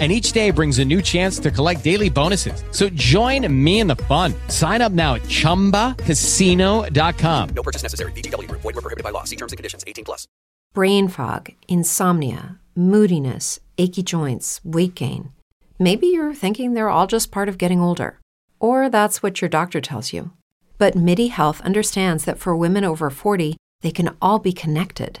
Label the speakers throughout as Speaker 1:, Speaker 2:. Speaker 1: and each day brings a new chance to collect daily bonuses. So join me in the fun. Sign up now at ChumbaCasino.com.
Speaker 2: No purchase necessary. VGW Group. Void were prohibited by law. See terms and conditions. 18 plus.
Speaker 3: brain fog, insomnia, moodiness, achy joints, weight gain. Maybe you're thinking they're all just part of getting older, or that's what your doctor tells you. But MIDI Health understands that for women over 40, they can all be connected.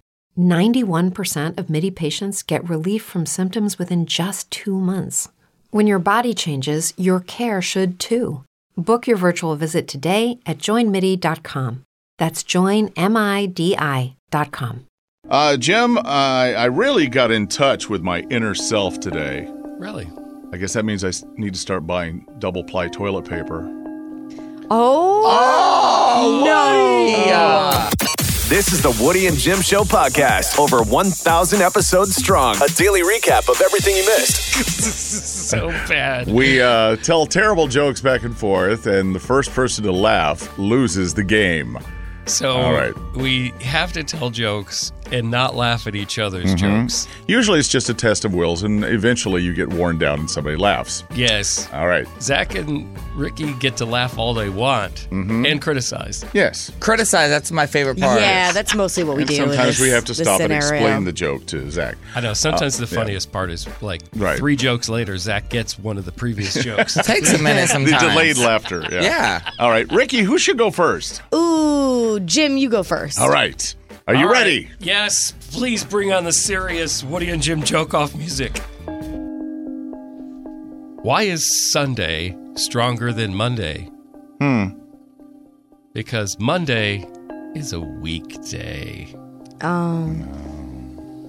Speaker 3: 91% of MIDI patients get relief from symptoms within just two months. When your body changes, your care should too. Book your virtual visit today at joinmidi.com. That's joinmidi.com.
Speaker 4: Uh, Jim, I, I really got in touch with my inner self today.
Speaker 5: Really?
Speaker 4: I guess that means I s- need to start buying double ply toilet paper.
Speaker 6: Oh,
Speaker 7: This is the Woody and Jim Show podcast, over 1,000 episodes strong. A daily recap of everything you missed.
Speaker 5: So bad.
Speaker 4: We uh, tell terrible jokes back and forth, and the first person to laugh loses the game.
Speaker 5: So
Speaker 4: All right.
Speaker 5: we have to tell jokes and not laugh at each other's
Speaker 4: Mm-hmm.
Speaker 5: jokes.
Speaker 4: Usually it's just a test of wills, and eventually you get worn down and somebody laughs.
Speaker 5: Yes.
Speaker 4: All right.
Speaker 5: Zach and Ricky get to laugh all they want
Speaker 4: Mm-hmm.
Speaker 5: and criticize.
Speaker 4: Yes.
Speaker 6: Criticize, that's my favorite part.
Speaker 8: Yeah, that's mostly what we do. in
Speaker 4: Sometimes we
Speaker 8: this-
Speaker 4: have to
Speaker 8: this
Speaker 4: stop and
Speaker 8: scenario.
Speaker 4: explain the joke to Zach.
Speaker 5: I know. Sometimes the
Speaker 4: Uh, yeah.
Speaker 5: funniest part is like
Speaker 4: Right.
Speaker 5: three jokes later, Zach gets one of the previous jokes.
Speaker 6: Takes a minute
Speaker 4: The
Speaker 6: sometimes.
Speaker 4: delayed laughter. Yeah.
Speaker 6: Yeah.
Speaker 4: All right. Ricky, who should go first?
Speaker 8: Ooh, Jim, you go first.
Speaker 4: All right. Are you
Speaker 5: All right.
Speaker 4: ready?
Speaker 5: Yes. Please bring on the serious Woody and Jim joke off music. Why is Sunday stronger than Monday?
Speaker 4: Hmm.
Speaker 5: Because Monday is a weekday.
Speaker 8: Um,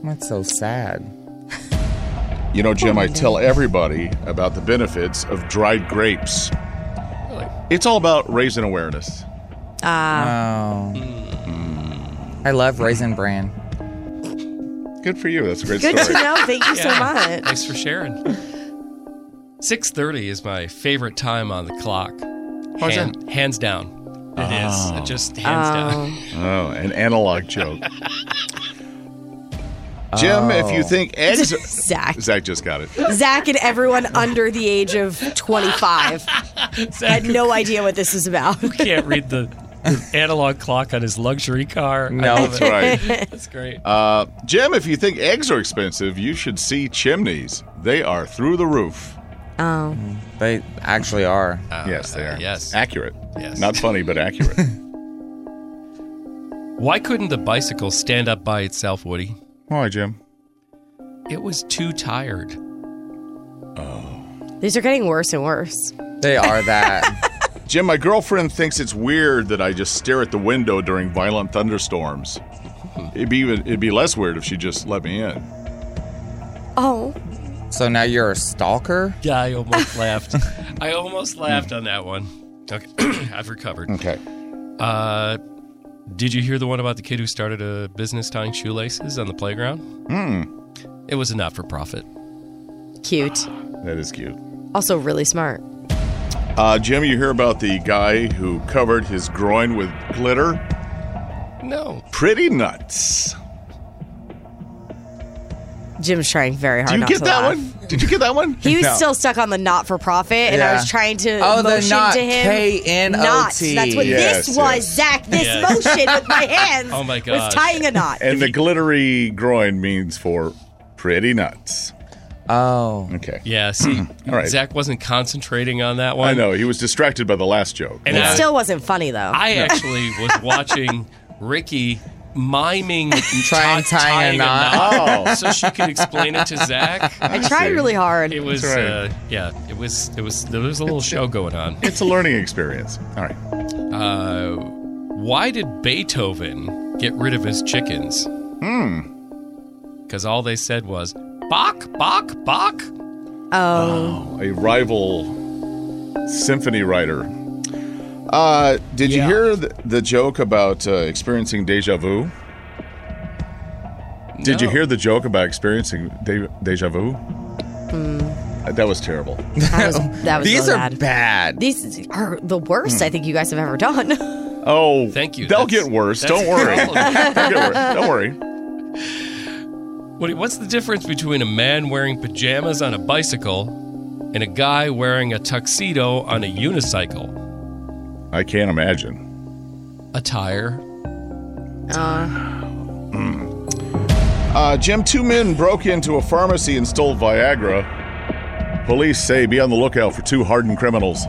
Speaker 6: That's so sad.
Speaker 4: You know, Jim, I tell everybody about the benefits of dried grapes.
Speaker 5: Really?
Speaker 4: It's all about raising awareness.
Speaker 6: Oh. I love Raisin Bran.
Speaker 4: Good for you. That's a great
Speaker 8: good to
Speaker 4: story.
Speaker 8: know. Thank you so much.
Speaker 5: Thanks for sharing. 6:30 is my favorite time on the clock.
Speaker 4: is
Speaker 5: Hand- hands down. It is. It Just hands down.
Speaker 4: Oh, an analog joke. Jim, if you think eggs.
Speaker 8: Zach.
Speaker 4: Zach just got it.
Speaker 8: Zach and everyone under the age of 25 had no idea what this was about.
Speaker 5: Can't read the analog clock on his luxury car.
Speaker 6: No.
Speaker 5: I love
Speaker 4: That's right.
Speaker 5: it. That's great.
Speaker 4: Uh, Jim, if you think eggs are expensive, you should see chimneys. They are through the roof.
Speaker 8: Oh.
Speaker 6: They actually are.
Speaker 4: yes, they are.
Speaker 5: Uh, yes.
Speaker 4: Accurate.
Speaker 5: Yes.
Speaker 4: Not funny, but accurate.
Speaker 5: Why couldn't the bicycle stand up by itself, Woody?
Speaker 4: Why, Jim?
Speaker 5: It was too tired.
Speaker 8: These are getting worse and worse.
Speaker 6: They are that.
Speaker 4: Jim, my girlfriend thinks it's weird that I just stare at the window during violent thunderstorms. It'd be even, it'd be less weird if she just let me in.
Speaker 8: Oh.
Speaker 6: so now you're a stalker?
Speaker 5: Yeah, I almost laughed. I almost laughed on that one. Okay, I've recovered.
Speaker 4: Okay.
Speaker 5: Uh, did you hear the one about the kid who started a business tying shoelaces on the playground? Hmm. It was a not for profit.
Speaker 8: Cute.
Speaker 4: That is cute.
Speaker 8: Also, really smart.
Speaker 4: Uh, Jim, you hear about the guy who covered his groin with glitter?
Speaker 5: No.
Speaker 4: Pretty nuts.
Speaker 8: Jim's trying very hard
Speaker 4: Do you
Speaker 8: not
Speaker 4: get
Speaker 8: to
Speaker 4: that
Speaker 8: laugh.
Speaker 4: one? Did you get that one?
Speaker 8: He was
Speaker 6: No.
Speaker 8: still stuck on the not for profit, and I
Speaker 6: Yeah.
Speaker 8: was trying to
Speaker 6: Oh, the
Speaker 8: motion
Speaker 6: knot.
Speaker 8: to him.
Speaker 6: K-N-O-T.
Speaker 8: Knots. That's what
Speaker 4: Yes,
Speaker 8: this was,
Speaker 4: yes.
Speaker 8: Zach. This
Speaker 5: Yes.
Speaker 8: motion with my hands.
Speaker 5: Oh my gosh.
Speaker 8: Was tying a knot.
Speaker 4: and the glittery groin means for pretty nuts.
Speaker 6: Oh.
Speaker 4: Okay.
Speaker 5: Yeah, see,
Speaker 4: All right.
Speaker 5: Zach wasn't concentrating on that one.
Speaker 4: I know he was distracted by the last joke.
Speaker 5: And
Speaker 8: It
Speaker 5: I,
Speaker 8: still wasn't funny though.
Speaker 5: I actually was watching Ricky miming
Speaker 6: Try and
Speaker 5: ti-
Speaker 6: tying a knot.
Speaker 4: Oh,
Speaker 5: so she could explain it to Zach.
Speaker 8: I tried really hard.
Speaker 5: It was,
Speaker 4: That's right.
Speaker 5: uh, yeah, it was, it was. There was a little show going on.
Speaker 4: It's a learning experience. All right.
Speaker 5: Uh, why did Beethoven get rid of his chickens? Hmm. Because all they said was "bok, bok, bok."
Speaker 8: Oh,
Speaker 4: a rival symphony writer. Uh, did you hear the, the joke about uh, experiencing deja vu? Did you
Speaker 5: No.
Speaker 4: hear the joke about experiencing de- deja vu?
Speaker 5: Hmm.
Speaker 4: Uh, That was terrible.
Speaker 8: that was, that was
Speaker 6: These
Speaker 8: so
Speaker 6: are
Speaker 8: bad.
Speaker 6: bad.
Speaker 8: These are the worst I think you guys have ever done.
Speaker 4: Oh,
Speaker 5: Thank you.
Speaker 4: They'll
Speaker 5: That's-
Speaker 4: get worse.
Speaker 5: that's
Speaker 4: Don't worry.
Speaker 5: the problem.
Speaker 4: They'll get worse. Don't worry.
Speaker 5: What, what's the difference between a man wearing pajamas on a bicycle and a guy wearing a tuxedo on a unicycle?
Speaker 4: I can't imagine.
Speaker 5: Attire.
Speaker 4: Uh, Jim, two men broke into a pharmacy and stole Viagra. Police say be on the lookout for two hardened criminals.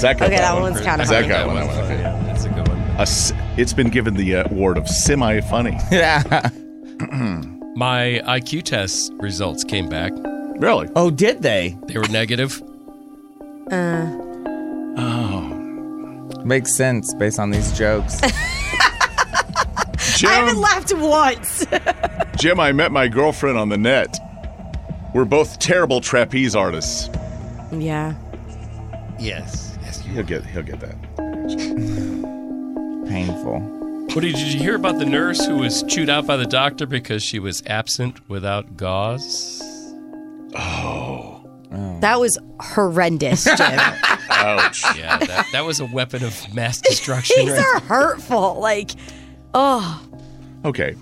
Speaker 4: Zach got
Speaker 8: Okay, that
Speaker 4: one.
Speaker 8: one's kinda
Speaker 4: Zach
Speaker 8: hard.
Speaker 4: got one. That one.
Speaker 5: fun. Yeah, that's a good one.
Speaker 4: A s- it's been given the award of semi funny.
Speaker 6: Yeah.
Speaker 5: My IQ test results came back.
Speaker 4: really?
Speaker 6: Oh, did they?
Speaker 5: They were negative.
Speaker 6: Makes sense based on these jokes.
Speaker 8: I haven't
Speaker 4: Jim,
Speaker 8: laughed once.
Speaker 4: Jim, I met my girlfriend on the net. We're both terrible trapeze artists.
Speaker 8: yeah.
Speaker 5: Yes. Yes.
Speaker 4: He'll get he'll get that.
Speaker 6: Painful.
Speaker 5: What did you hear about the nurse who was chewed out by the doctor because she was absent without gauze?
Speaker 8: That was horrendous, Jim.
Speaker 4: Ouch.
Speaker 5: Yeah, that, that was a weapon of mass destruction.
Speaker 8: These
Speaker 5: right
Speaker 8: are hurtful. Like, oh,
Speaker 4: okay.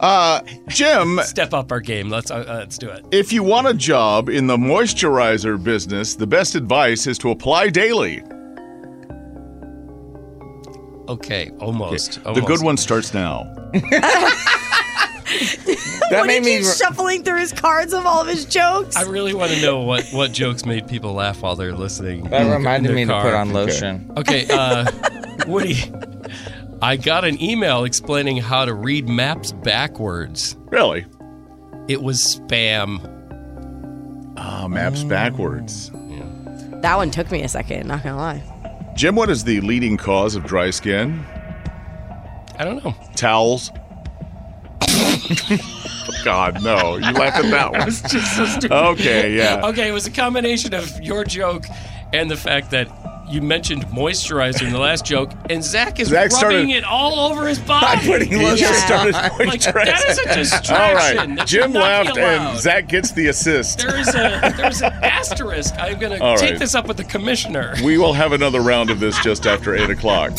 Speaker 4: Uh, Jim,
Speaker 5: Step up our game. Let's uh, uh, let's do it.
Speaker 4: if you want a job in the moisturizer business, the best advice is to apply daily.
Speaker 5: Okay, almost.
Speaker 4: The good
Speaker 5: almost.
Speaker 4: one starts now.
Speaker 6: That
Speaker 8: what
Speaker 6: made
Speaker 8: did
Speaker 6: me.
Speaker 8: you
Speaker 6: re-
Speaker 8: shuffling through his cards of all of his jokes?
Speaker 5: I really want to know what, what jokes made people laugh while they're listening. in
Speaker 6: that
Speaker 5: the-
Speaker 6: reminded
Speaker 5: in their
Speaker 6: me to
Speaker 5: car.
Speaker 6: put on lotion.
Speaker 5: Okay, uh, Woody, I got an email explaining how to read maps backwards.
Speaker 4: Really?
Speaker 5: It was spam.
Speaker 4: Ah,
Speaker 5: Mm.
Speaker 4: maps backwards.
Speaker 8: that one took me a second. Not gonna lie.
Speaker 4: Jim, what is the leading cause of dry skin?
Speaker 5: I don't know.
Speaker 4: Towels. God, no. You laughed at that one. okay, yeah.
Speaker 5: Okay, it was a combination of your joke and the fact that you mentioned moisturizer in the last joke, and Zach is
Speaker 4: Zach
Speaker 5: rubbing
Speaker 4: started-
Speaker 5: it all over his body.
Speaker 4: lotion
Speaker 8: Yeah. started
Speaker 5: like that is a
Speaker 4: All
Speaker 5: distraction.
Speaker 4: right.
Speaker 5: That should
Speaker 4: Jim
Speaker 5: not be
Speaker 4: laughed
Speaker 5: allowed.
Speaker 4: and Zach gets the assist.
Speaker 5: There is a there's an asterisk. I'm gonna
Speaker 4: All
Speaker 5: take
Speaker 4: right.
Speaker 5: this up with the commissioner.
Speaker 4: We will have another round of this just after 8 o'clock.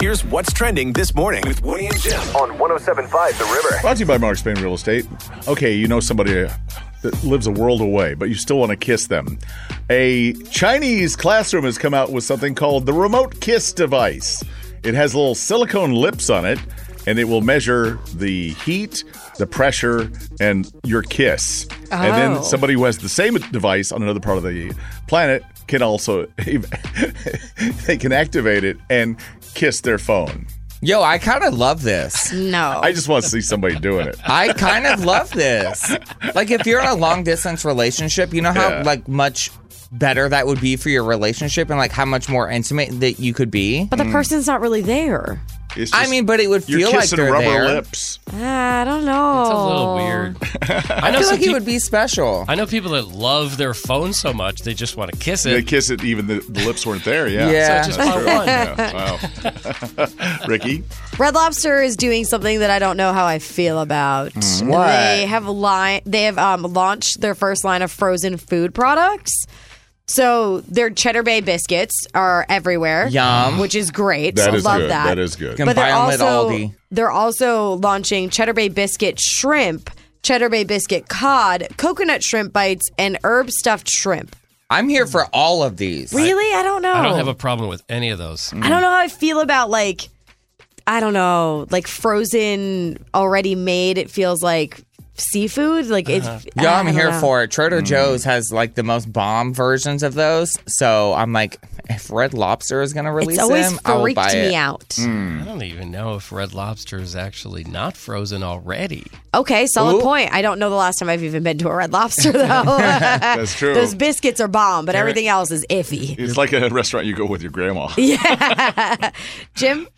Speaker 7: Here's what's trending this morning with Woody and Jim on 1075 The River.
Speaker 4: Brought to you by Mark Spain Real Estate. Okay, you know somebody that lives a world away, but you still want to kiss them. A Chinese classroom has come out with something called the remote kiss device. It has little silicone lips on it, and it will measure the heat, the pressure, and your kiss. And
Speaker 8: Oh.
Speaker 4: then somebody who has the same device on another part of the planet can also they can activate it and kiss their phone.
Speaker 6: Yo, I kind of love this.
Speaker 8: No.
Speaker 4: I just want to see somebody doing it.
Speaker 6: I kind of love this. Like, if you're in a long distance relationship, you know how
Speaker 4: Yeah.
Speaker 6: like much better that would be for your relationship, and like how much more intimate that you could be.
Speaker 8: but the person's not really there.
Speaker 4: It's
Speaker 6: I
Speaker 4: just-
Speaker 6: mean, but it would
Speaker 4: You're
Speaker 6: feel like
Speaker 4: kissing
Speaker 6: they're
Speaker 4: rubber
Speaker 6: there.
Speaker 4: lips.
Speaker 8: Ah, I don't know.
Speaker 5: It's a little weird. I know
Speaker 6: I feel
Speaker 5: some
Speaker 6: like it
Speaker 5: peop-
Speaker 6: would be special.
Speaker 5: I know people that love their phone so much they just want to kiss
Speaker 4: They
Speaker 5: it.
Speaker 4: kiss it, even the, the lips weren't there. Yeah.
Speaker 6: Yeah.
Speaker 5: So just want one.
Speaker 4: Yeah, Wow. Ricky,
Speaker 8: Red Lobster is doing something that I don't know how I feel about.
Speaker 4: Mm-hmm.
Speaker 6: what?
Speaker 8: They have line they have um, launched their first line of frozen food products. So their Cheddar Bay biscuits are everywhere.
Speaker 6: Yum.
Speaker 8: Which is great.
Speaker 4: that is
Speaker 8: Love
Speaker 4: good.
Speaker 8: that.
Speaker 4: that is good.
Speaker 6: Can
Speaker 8: But
Speaker 6: buy
Speaker 8: they're
Speaker 6: 'em at
Speaker 8: also
Speaker 6: Aldi.
Speaker 8: they're also launching Cheddar Bay biscuit shrimp, Cheddar Bay biscuit cod, coconut shrimp bites, and herb stuffed shrimp.
Speaker 6: I'm here for all of these.
Speaker 8: Really? I, don't know.
Speaker 5: I don't have a problem with any of those.
Speaker 8: I don't know how I feel about like I don't know, like frozen already made. It feels like seafood. Like it's
Speaker 6: Yeah, I'm here
Speaker 8: it.
Speaker 6: for it. Trader
Speaker 4: Mm.
Speaker 6: Joe's has like the most bomb versions of those. So I'm like, if Red Lobster is going to release
Speaker 8: It's always
Speaker 6: them, I will
Speaker 8: freaked
Speaker 6: buy it. Mm.
Speaker 8: me out.
Speaker 4: Mm.
Speaker 5: I don't even know if Red Lobster is actually not frozen already.
Speaker 8: Okay, solid
Speaker 6: Ooh.
Speaker 8: point. I don't know the last time I've even been to a Red Lobster though. That's
Speaker 4: true.
Speaker 8: Those biscuits are bomb, but everything else is iffy.
Speaker 4: It's like a restaurant you go with your grandma.
Speaker 8: Jim,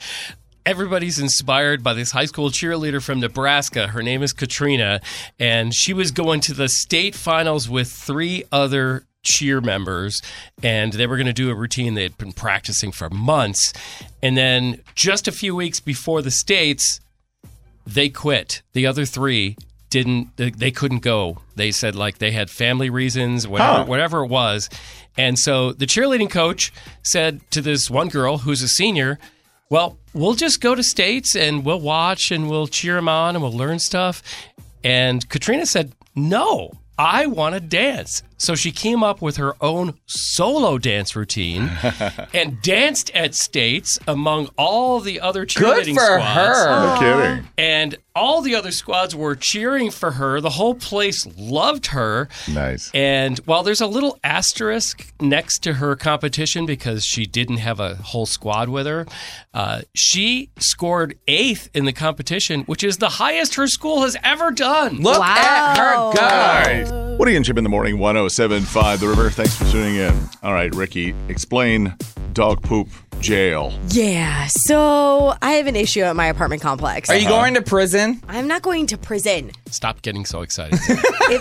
Speaker 5: Everybody's inspired by this high school cheerleader from Nebraska. Her name is Katrina, and she was going to the state finals with three other cheer members, and they were going to do a routine they had been practicing for months. And then just a few weeks before the states, they quit. The other three didn't. They, they couldn't go. They said like they had family reasons, whatever, whatever it was. And so the cheerleading coach said to this one girl who's a senior, "Well, we'll just go to states and we'll watch and we'll cheer them on and we'll learn stuff." And Katrina said, "No." I want to dance. So she came up with her own solo dance routine and danced at states among all the other
Speaker 6: Good
Speaker 5: cheerleading
Speaker 6: for
Speaker 5: squads
Speaker 6: her.
Speaker 4: No kidding.
Speaker 5: and all the other squads were cheering for her. The whole place loved her.
Speaker 4: Nice.
Speaker 5: And while there's a little asterisk next to her competition because she didn't have a whole squad with her, uh, she scored eighth in the competition, which is the highest her school has ever done.
Speaker 6: Look at
Speaker 8: Wow.
Speaker 6: her go.
Speaker 4: Nice. Woody and Chip in the morning, 1075 The River. Thanks for tuning in. All right, Ricky, explain dog poop jail.
Speaker 8: yeah. So I have an issue at my apartment complex.
Speaker 6: Are you going to prison?
Speaker 8: I'm not going to prison.
Speaker 5: Stop getting so excited.
Speaker 8: If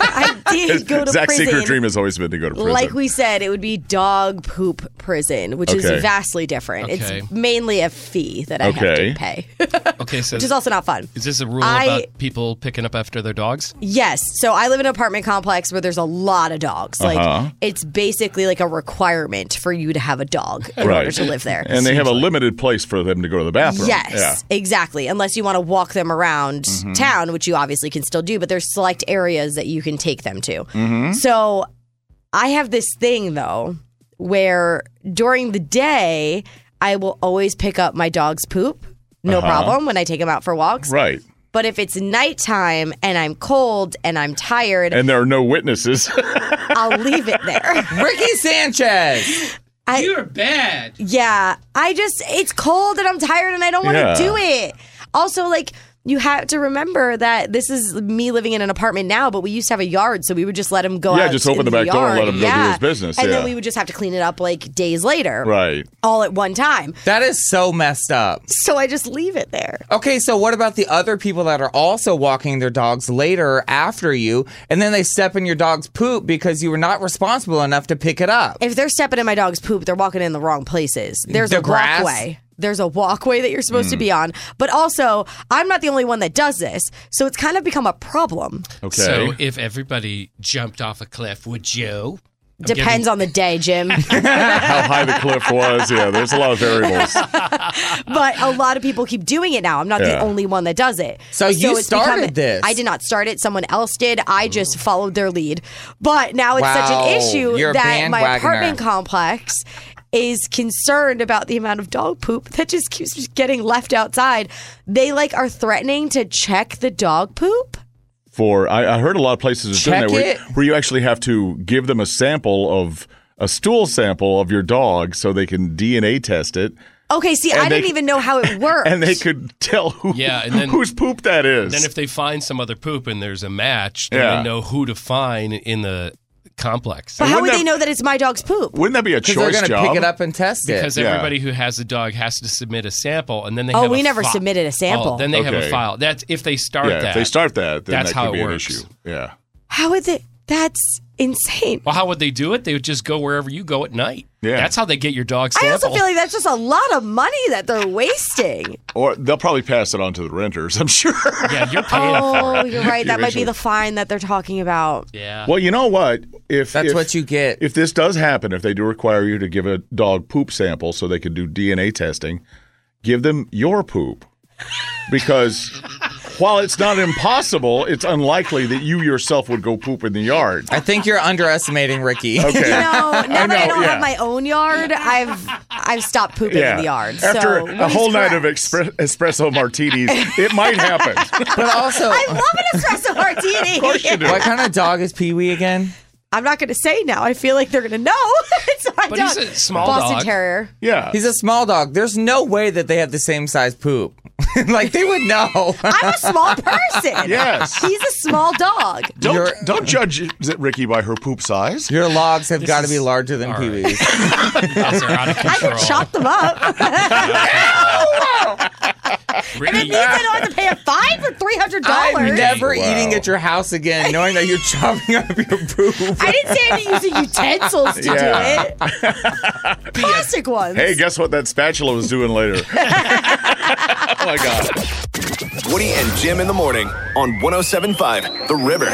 Speaker 8: I did go to
Speaker 4: Zach's
Speaker 8: prison,
Speaker 4: secret dream has always been to go to prison.
Speaker 8: like we said, it would be dog poop prison, which
Speaker 4: Okay.
Speaker 8: is vastly different.
Speaker 5: Okay.
Speaker 8: It's mainly a fee that I
Speaker 4: Okay.
Speaker 8: have to pay,
Speaker 5: okay, so
Speaker 8: which is also not fun.
Speaker 5: is this a rule
Speaker 8: I-
Speaker 5: about people picking up after their dogs?
Speaker 8: Yes. So I live in an apartment complex where there's a lot of dogs.
Speaker 4: Uh-huh.
Speaker 8: Like it's basically like a requirement for you to have a dog in
Speaker 4: Right.
Speaker 8: order to live there.
Speaker 4: and they have a limited place for them to go to the bathroom.
Speaker 8: Yes, exactly. Unless you want to walk them around town, which you obviously can still do, but there's select areas that you can take them to. So I have this thing though where during the day I will always pick up my dog's poop. No problem when I take him out for walks.
Speaker 4: Yeah. Right.
Speaker 8: But if it's nighttime and I'm cold and I'm tired,
Speaker 4: And there are no witnesses.
Speaker 8: I'll leave it there.
Speaker 6: Ricky Sanchez.
Speaker 5: You're bad.
Speaker 8: Yeah, I just it's cold and I'm tired and I don't want to
Speaker 4: Yeah.
Speaker 8: do it. Also, like you have to remember that this is me living in an apartment now, but we used to have a yard, so we would just let him go.
Speaker 4: Yeah,
Speaker 8: out
Speaker 4: just open
Speaker 8: into
Speaker 4: the back door and let
Speaker 8: yard.
Speaker 4: him go do
Speaker 8: Yeah.
Speaker 4: his business,
Speaker 8: and
Speaker 4: yeah.
Speaker 8: then we would just have to clean it up like days later,
Speaker 4: right.
Speaker 8: all at one time.
Speaker 6: That is so messed up.
Speaker 8: So I just leave it there.
Speaker 6: Okay, so what about the other people that are also walking their dogs later after you, and then they step in your dog's poop because you were not responsible enough to pick it up?
Speaker 8: If they're stepping in my dog's poop, they're walking in the wrong places. There's
Speaker 6: The
Speaker 8: a
Speaker 6: grass?
Speaker 8: walkway. There's a walkway that you're supposed
Speaker 4: Mm.
Speaker 8: to be on, but also I'm not the only one that does this, so it's kind of become a problem.
Speaker 4: Okay.
Speaker 5: So if everybody jumped off a cliff, would you? I'm giving-
Speaker 8: Depends on the day, Jim.
Speaker 4: How high the cliff was. Yeah, there's a lot of variables.
Speaker 8: but a lot of people keep doing it now. I'm not
Speaker 4: Yeah.
Speaker 8: the only one that does it.
Speaker 6: So you
Speaker 8: it's
Speaker 6: started this. Mm.
Speaker 8: I did not start it. Someone else did. I just followed their lead. But now it's such
Speaker 6: Wow.
Speaker 8: an issue
Speaker 6: You're a
Speaker 8: that my
Speaker 6: bandwagoner.
Speaker 8: apartment complex is concerned about the amount of dog poop that just keeps just getting left outside. They like are threatening to check the dog poop.
Speaker 4: For I, I heard a lot of places are doing
Speaker 6: Check
Speaker 4: that where,
Speaker 6: it.
Speaker 4: where you actually have to give them a sample of a stool sample of your dog so they can DNA test it.
Speaker 8: Okay, see, I
Speaker 4: they-
Speaker 8: didn't even know how it worked.
Speaker 4: And they could tell who,
Speaker 5: Yeah, and then-
Speaker 4: whose poop that is.
Speaker 5: Then if they find some other poop and there's a match, then
Speaker 4: Yeah.
Speaker 5: they know who to find in the complex.
Speaker 8: but how would
Speaker 4: wouldn't
Speaker 8: they
Speaker 4: that-
Speaker 8: know that it's my dog's poop?
Speaker 4: Wouldn't that be a
Speaker 6: Because they're
Speaker 4: choice
Speaker 6: going to
Speaker 4: job?
Speaker 6: pick it up and test it.
Speaker 5: Because
Speaker 4: Yeah.
Speaker 5: everybody who has a dog has to submit a sample, and then they
Speaker 8: Oh,
Speaker 5: have
Speaker 8: we
Speaker 5: a
Speaker 8: never
Speaker 5: fi-
Speaker 8: submitted a sample.
Speaker 5: Oh, then they have
Speaker 4: Okay.
Speaker 5: a file. That's if they start
Speaker 4: yeah,
Speaker 5: that.
Speaker 4: if they start that, then
Speaker 5: That's
Speaker 4: that could
Speaker 5: how it
Speaker 4: be
Speaker 5: works.
Speaker 4: an issue. Yeah.
Speaker 8: How would they? That's insane.
Speaker 5: Well, how would they do it? They would just go wherever you go at night.
Speaker 4: Yeah.
Speaker 5: that's how they get your dog
Speaker 8: I
Speaker 5: sample.
Speaker 8: also feel like that's just a lot of money that they're wasting.
Speaker 4: Or they'll probably pass it on to the renters, I'm sure.
Speaker 5: yeah, you're paying for
Speaker 8: Oh,
Speaker 5: it.
Speaker 8: you're right. That might be
Speaker 4: Usually.
Speaker 8: the fine that they're talking about.
Speaker 5: Yeah.
Speaker 4: well, you know what? If
Speaker 6: That's
Speaker 4: if-
Speaker 6: what you get.
Speaker 4: If this does happen, if they do require you to give a dog poop sample so they can do DNA testing, give them your poop. Because while it's not impossible, it's unlikely that you yourself would go poop in the yard.
Speaker 6: I think you're underestimating Ricky.
Speaker 4: Okay.
Speaker 8: You know, now that I
Speaker 4: know,
Speaker 8: don't
Speaker 4: yeah.
Speaker 8: have my own yard, I've I've stopped pooping in the yard.
Speaker 4: After
Speaker 8: so
Speaker 4: a whole night of expre- espresso martinis, it might happen.
Speaker 6: But also,
Speaker 8: I love an espresso martini.
Speaker 6: what kind of dog is Pee Wee again?
Speaker 8: I'm not going to say now. I feel like they're going to know. so I
Speaker 5: But
Speaker 8: don't.
Speaker 5: he's a small
Speaker 8: Boston
Speaker 5: dog.
Speaker 8: Terrier.
Speaker 4: yeah.
Speaker 6: He's a small dog. There's no way that they have the same size poop. like they would know.
Speaker 8: I'm a small person.
Speaker 4: Yes.
Speaker 8: He's a small dog.
Speaker 4: Don't,
Speaker 6: You're-
Speaker 4: don't judge Ricky by her poop size.
Speaker 6: Your logs have got to be
Speaker 5: is-
Speaker 6: larger than
Speaker 5: all
Speaker 6: Pee
Speaker 5: right.
Speaker 6: Wee's.
Speaker 5: Guys are out of
Speaker 8: I
Speaker 5: control.
Speaker 8: can chop them up. and it
Speaker 5: Ricky,
Speaker 8: means I don't have to pay a fine for three hundred
Speaker 6: I'm
Speaker 8: dollars.
Speaker 6: never
Speaker 4: Wow.
Speaker 6: eating at your house again, knowing that you're chopping up your poop.
Speaker 8: I didn't say I'm using utensils to
Speaker 4: Yeah.
Speaker 8: do it. Plastic ones.
Speaker 4: Hey, guess what that spatula was doing later? oh my God.
Speaker 7: Woody and Jim in the morning on 1075 The River.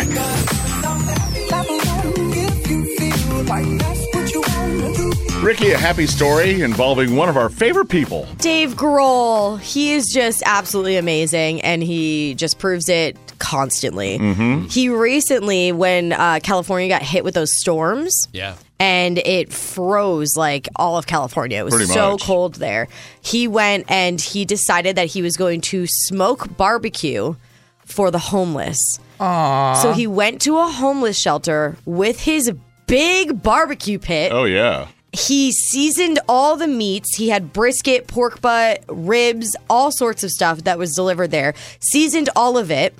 Speaker 4: Ricky, a happy story involving one of our favorite people.
Speaker 8: Dave Grohl, he is just absolutely amazing, and he just proves it constantly.
Speaker 4: Mm-hmm.
Speaker 8: He recently, when uh, California got hit with those storms,
Speaker 5: yeah.
Speaker 8: and it froze like all of California. It was
Speaker 4: Pretty
Speaker 8: so
Speaker 4: much.
Speaker 8: cold there. He went and he decided that he was going to smoke barbecue for the homeless. So he went to a homeless shelter with his big barbecue pit.
Speaker 4: Oh, yeah.
Speaker 8: He seasoned all the meats. He had brisket, pork butt, ribs, all sorts of stuff that was delivered there. Seasoned all of it,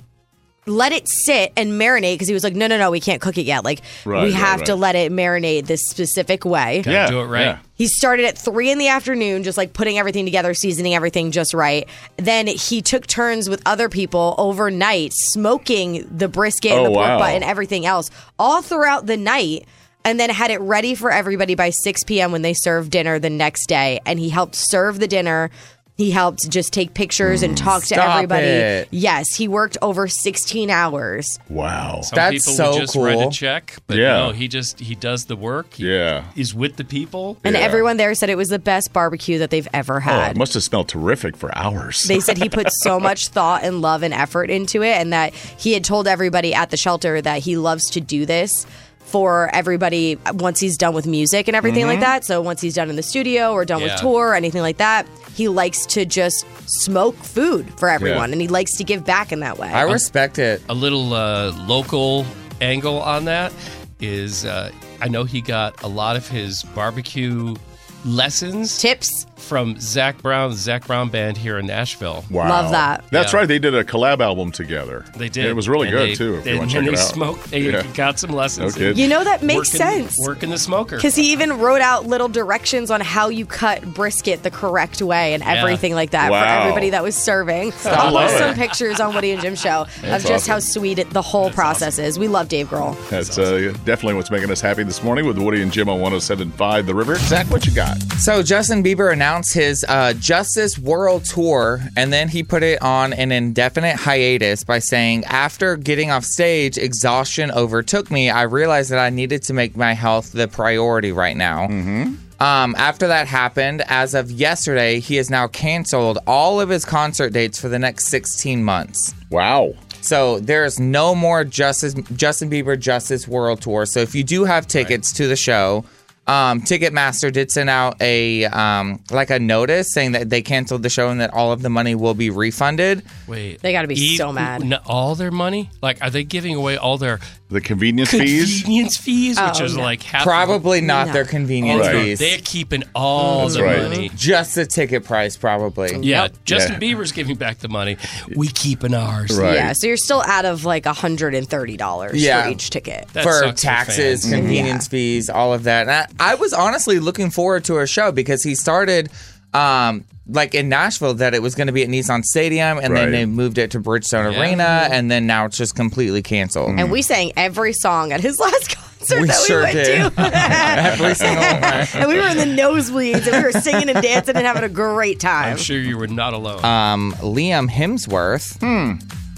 Speaker 8: let it sit and marinate because he was like, no, no, no, we can't cook it yet. Like,
Speaker 4: Right,
Speaker 8: we
Speaker 4: right,
Speaker 8: have to
Speaker 4: right.
Speaker 8: let it marinate this specific way.
Speaker 5: Gotta
Speaker 4: Yeah,
Speaker 5: do it right.
Speaker 4: yeah.
Speaker 8: He started at three in the afternoon, just like putting everything together, seasoning everything just right. Then he took turns with other people overnight, smoking the brisket
Speaker 4: Oh,
Speaker 8: and the pork
Speaker 4: wow.
Speaker 8: butt and everything else all throughout the night. And then had it ready for everybody by 6 p.m. when they served dinner the next day. And he helped serve the dinner. He helped just take pictures
Speaker 4: Mm,
Speaker 8: and talk to
Speaker 6: stop
Speaker 8: everybody.
Speaker 6: it.
Speaker 8: Yes, he worked over 16 hours.
Speaker 4: Wow.
Speaker 5: Some
Speaker 6: That's
Speaker 5: people
Speaker 6: so
Speaker 5: would just write a
Speaker 6: cool.
Speaker 5: check, but
Speaker 4: Yeah.
Speaker 5: no, he just he does the work. He
Speaker 4: Yeah.
Speaker 5: is with the people.
Speaker 8: And
Speaker 4: Yeah.
Speaker 8: everyone there said it was the best barbecue that they've
Speaker 4: Oh,
Speaker 8: ever
Speaker 4: it
Speaker 8: had.
Speaker 4: must have smelled terrific for hours.
Speaker 8: They said he put so much thought and love and effort into it, and that he had told everybody at the shelter that he loves to do this for everybody once he's done with music and everything like that. So once he's done in the studio or done
Speaker 5: Yeah.
Speaker 8: with tour or anything like that, he likes to just smoke food for everyone,
Speaker 4: Yeah.
Speaker 8: and he likes to give back in that way.
Speaker 6: I respect it.
Speaker 5: a little uh, local angle on that is uh, I know he got a lot of his barbecue lessons
Speaker 8: Tips.
Speaker 5: from Zach Brown, Zach Brown band here in Nashville.
Speaker 4: wow.
Speaker 8: Love that.
Speaker 4: That's
Speaker 5: Yeah.
Speaker 4: right. They did a collab album together.
Speaker 5: They did.
Speaker 4: It was really
Speaker 5: And
Speaker 4: good,
Speaker 5: they-
Speaker 4: too, if
Speaker 5: they-
Speaker 4: you want to check
Speaker 5: and
Speaker 4: it
Speaker 5: they
Speaker 4: out.
Speaker 5: smoked. They
Speaker 4: Yeah.
Speaker 5: got some lessons.
Speaker 4: No kidding.
Speaker 8: You know that makes
Speaker 5: Working-
Speaker 8: sense.
Speaker 5: Working the smoker.
Speaker 8: Because he even wrote out little directions on how you cut brisket the correct way and everything like that
Speaker 4: Wow.
Speaker 8: for everybody that was serving.
Speaker 4: I
Speaker 8: I'll
Speaker 4: love
Speaker 8: post some
Speaker 4: it.
Speaker 8: pictures on Woody and Jim show of just
Speaker 4: awesome.
Speaker 8: how sweet it, the whole process is. We love Dave Grohl.
Speaker 4: That's uh, definitely what's making us happy this morning with Woody and Jim on 1075 The River. Zach, what you got?
Speaker 6: So Justin Bieber announced his uh, Justice World Tour, and then he put it on an indefinite hiatus by saying, "After getting off stage, exhaustion overtook me. I realized that I needed to make my health the priority right now." Um, after that happened, as of yesterday, he has now canceled all of his concert dates for the next 16 months.
Speaker 4: Wow.
Speaker 6: So there is no more Justice, Justin Bieber Justice World Tour. So if you do have tickets to the show, um, Ticketmaster did send out a um, like a notice saying that they canceled the show and that all of the money will be refunded.
Speaker 5: Wait,
Speaker 8: They gotta be
Speaker 5: Eve-
Speaker 8: so mad.
Speaker 5: n- all their money? Like, are they giving away all their
Speaker 4: The convenience fees?
Speaker 5: convenience fees,
Speaker 8: Oh,
Speaker 5: which is like half
Speaker 6: Probably not
Speaker 8: No.
Speaker 6: their convenience
Speaker 4: Right.
Speaker 6: fees,
Speaker 5: They're keeping all the
Speaker 4: right.
Speaker 5: money.
Speaker 6: just the ticket price probably.
Speaker 5: Yeah, Justin
Speaker 4: Yeah.
Speaker 5: Bieber's giving back the money. We keeping ours.
Speaker 4: Right.
Speaker 8: Yeah, so you're still out of like $130
Speaker 6: Yeah.
Speaker 8: for each ticket.
Speaker 5: That sucks
Speaker 6: for
Speaker 5: for
Speaker 6: taxes,
Speaker 5: fans.
Speaker 6: convenience fees, all of that. And I, I was honestly looking forward to her show because he started um like in Nashville that it was going to be at Nissan Stadium and
Speaker 4: Right.
Speaker 6: then they moved it to Bridgestone Arena and then now it's just completely canceled.
Speaker 4: Mm.
Speaker 8: And we sang every song at his last concert
Speaker 6: We
Speaker 8: that we
Speaker 6: sure
Speaker 8: went
Speaker 6: did.
Speaker 8: to.
Speaker 6: Every single one.
Speaker 8: and we were in the nosebleeds and we were singing and dancing and having a great time.
Speaker 5: I'm sure you were not alone.
Speaker 6: Um, Liam Hemsworth.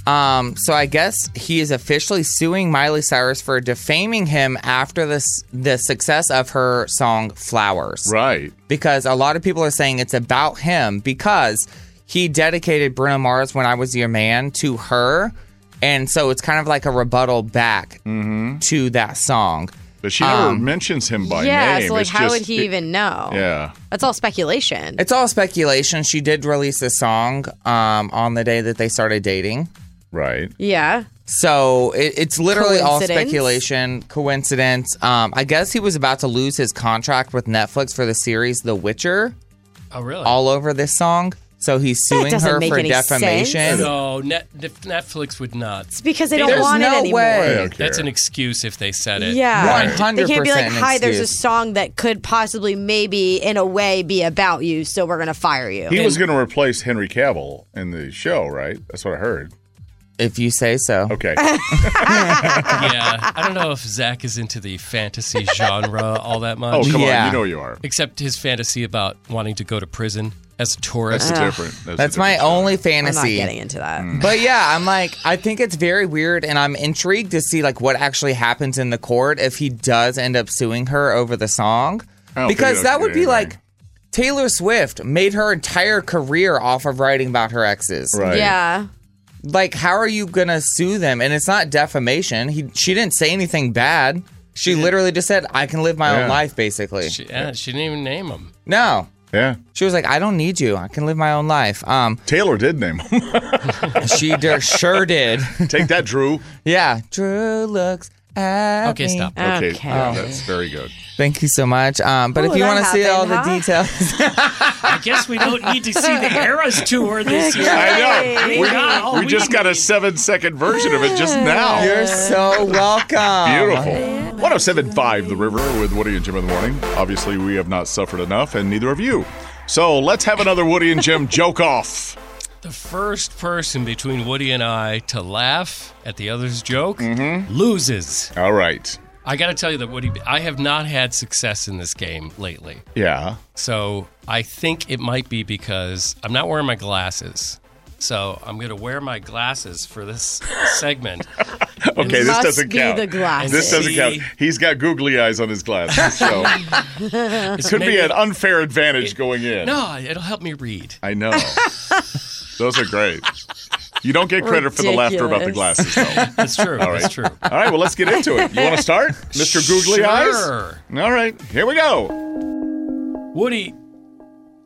Speaker 6: Um, so I guess he is officially suing Miley Cyrus for defaming him after this the success of her song Flowers.
Speaker 4: Right.
Speaker 6: because a lot of people are saying it's about him because he dedicated Bruno Mars when I was your man to her. And so it's kind of like a rebuttal back to that song.
Speaker 4: But she never
Speaker 5: Um,
Speaker 4: mentions him by
Speaker 8: yeah,
Speaker 4: name.
Speaker 8: so like,
Speaker 4: It's
Speaker 8: how
Speaker 4: just-
Speaker 8: would he even know?
Speaker 4: Yeah.
Speaker 8: That's all speculation.
Speaker 6: It's all speculation. She did release a song um, on the day that they started dating.
Speaker 4: Right.
Speaker 8: yeah.
Speaker 6: So it, it's literally all
Speaker 8: Coincidence?
Speaker 6: speculation, coincidence. Um, I guess he was about to lose his contract with Netflix for the series The Witcher
Speaker 5: Oh, really?
Speaker 6: all over this song. So he's suing
Speaker 8: doesn't
Speaker 6: her
Speaker 8: make
Speaker 6: for
Speaker 8: any
Speaker 6: defamation.
Speaker 8: sense.
Speaker 5: no, Net, Netflix would not.
Speaker 8: It's because they don't
Speaker 6: There's
Speaker 8: want it
Speaker 6: no
Speaker 8: anymore.
Speaker 4: I
Speaker 6: way.
Speaker 4: don't care.
Speaker 5: That's an excuse if they said it.
Speaker 8: Yeah. They can't be like,
Speaker 6: 100%
Speaker 8: hi, there's a
Speaker 6: excuse.
Speaker 8: song that could possibly, maybe, in a way, be about you, so we're going to fire you.
Speaker 4: He was going to replace Henry Cavill in the show, right? That's what I heard.
Speaker 6: If you say so.
Speaker 4: Okay. Oh,
Speaker 5: yeah. I don't know if Zach is into the fantasy genre all that much.
Speaker 4: Oh, come on.
Speaker 6: Yeah.
Speaker 4: You know you are.
Speaker 5: Except his fantasy about wanting to go to prison as a
Speaker 4: That's
Speaker 5: tourist.
Speaker 4: a different. That's, a
Speaker 6: That's my
Speaker 4: different
Speaker 6: only
Speaker 8: I'm not
Speaker 6: fantasy.
Speaker 8: getting into that.
Speaker 4: Mm,
Speaker 6: But yeah, I'm like, I think it's very weird, and I'm intrigued to see like what actually happens in the court if he does end up suing her over the song,
Speaker 4: I don't think
Speaker 6: because
Speaker 4: it'll
Speaker 6: that would
Speaker 4: do
Speaker 6: be
Speaker 4: anything.
Speaker 6: like Taylor Swift made her entire career off of writing about her exes.
Speaker 4: Right.
Speaker 8: Yeah.
Speaker 6: Like, how are you gonna sue them? And it's not defamation. He she didn't say anything bad. She literally just said, "I can live my
Speaker 4: Yeah.
Speaker 6: own life," basically.
Speaker 5: She, yeah, she didn't even name him.
Speaker 6: no.
Speaker 4: Yeah.
Speaker 6: She was like, I don't need you. I can live my own life. Um,
Speaker 4: Taylor did name him.
Speaker 6: she der- sure did.
Speaker 4: Take that, Drew.
Speaker 6: Yeah. Drew looks at
Speaker 5: Okay,
Speaker 6: me.
Speaker 5: stop.
Speaker 4: Okay.
Speaker 8: Okay.
Speaker 4: yeah, that's very good.
Speaker 6: Thank you so much. Um, but
Speaker 8: Ooh,
Speaker 6: if you
Speaker 8: that
Speaker 6: want to see all
Speaker 8: happened,
Speaker 6: the
Speaker 8: huh?
Speaker 6: details,
Speaker 5: I guess we don't need to see the Eras tour this year.
Speaker 4: I
Speaker 8: Hey.
Speaker 4: know. We, we just got a seven second version of it just
Speaker 8: Oh.
Speaker 4: now.
Speaker 6: you're so welcome.
Speaker 4: Beautiful. 1075 The River with Woody and Jim in the morning. Obviously, we have not suffered enough, and neither of you. So let's have another Woody and Jim joke off.
Speaker 5: the first person between Woody and I to laugh at the other's joke
Speaker 4: Mm-hmm.
Speaker 5: loses.
Speaker 4: All right.
Speaker 5: I got to tell you that Woody, I have not had success in this game lately.
Speaker 4: Yeah.
Speaker 5: So I think it might be because I'm not wearing my glasses. So I'm going to wear my glasses for this segment.
Speaker 4: Okay, this
Speaker 8: Must
Speaker 4: doesn't
Speaker 8: be
Speaker 4: count.
Speaker 8: the glasses.
Speaker 4: This doesn't
Speaker 5: See?
Speaker 4: count. He's got googly eyes on his glasses, so
Speaker 5: It's
Speaker 4: could be
Speaker 5: maybe-
Speaker 4: an unfair advantage going in.
Speaker 5: No, it'll help me read.
Speaker 4: I know. Those are great. You don't get credit for the laughter about the glasses,
Speaker 8: Ridiculous.
Speaker 4: though.
Speaker 5: That's true. That's true.
Speaker 4: All right, well, let's get into it. You want to start, Mr. Googly Eyes?
Speaker 5: Sure.
Speaker 4: All right, here we go.
Speaker 5: Woody,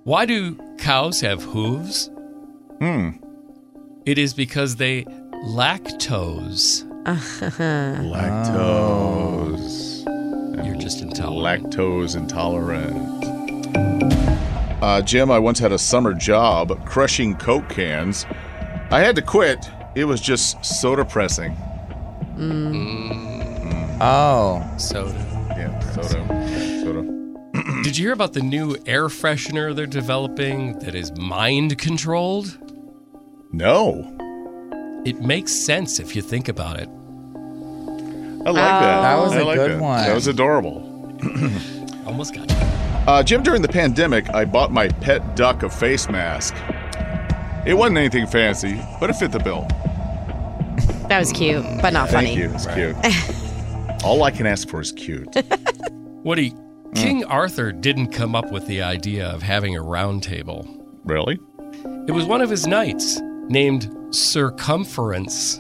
Speaker 5: why do cows have hooves? Hmm. It is because they lack toes.
Speaker 4: Lactose.
Speaker 5: You're just
Speaker 8: Ah.
Speaker 5: intolerant.
Speaker 4: lactose intolerant. Uh, Jim, I once had a summer job crushing Coke cans. I had to quit. It was just so depressing.
Speaker 6: Oh,
Speaker 5: Soda.
Speaker 4: Yeah, soda. Soda.
Speaker 5: Did you hear about the new air freshener they're developing that is mind controlled?
Speaker 4: No.
Speaker 5: It makes sense if you think about it.
Speaker 8: Oh.
Speaker 4: I like that.
Speaker 6: That was
Speaker 4: I
Speaker 6: a
Speaker 4: like
Speaker 6: good
Speaker 4: that.
Speaker 6: one.
Speaker 4: That was adorable.
Speaker 5: Almost got you.
Speaker 4: Uh, Jim, during the pandemic, I bought my pet duck a face mask. It wasn't anything fancy, but it fit the bill.
Speaker 8: That was cute, but not funny.
Speaker 4: Thank you. It's cute. All I can ask for is cute.
Speaker 5: Woody,
Speaker 4: Mm.
Speaker 5: King Arthur didn't come up with the idea of having a round table.
Speaker 4: really?
Speaker 5: It was one of his knights named Circumference.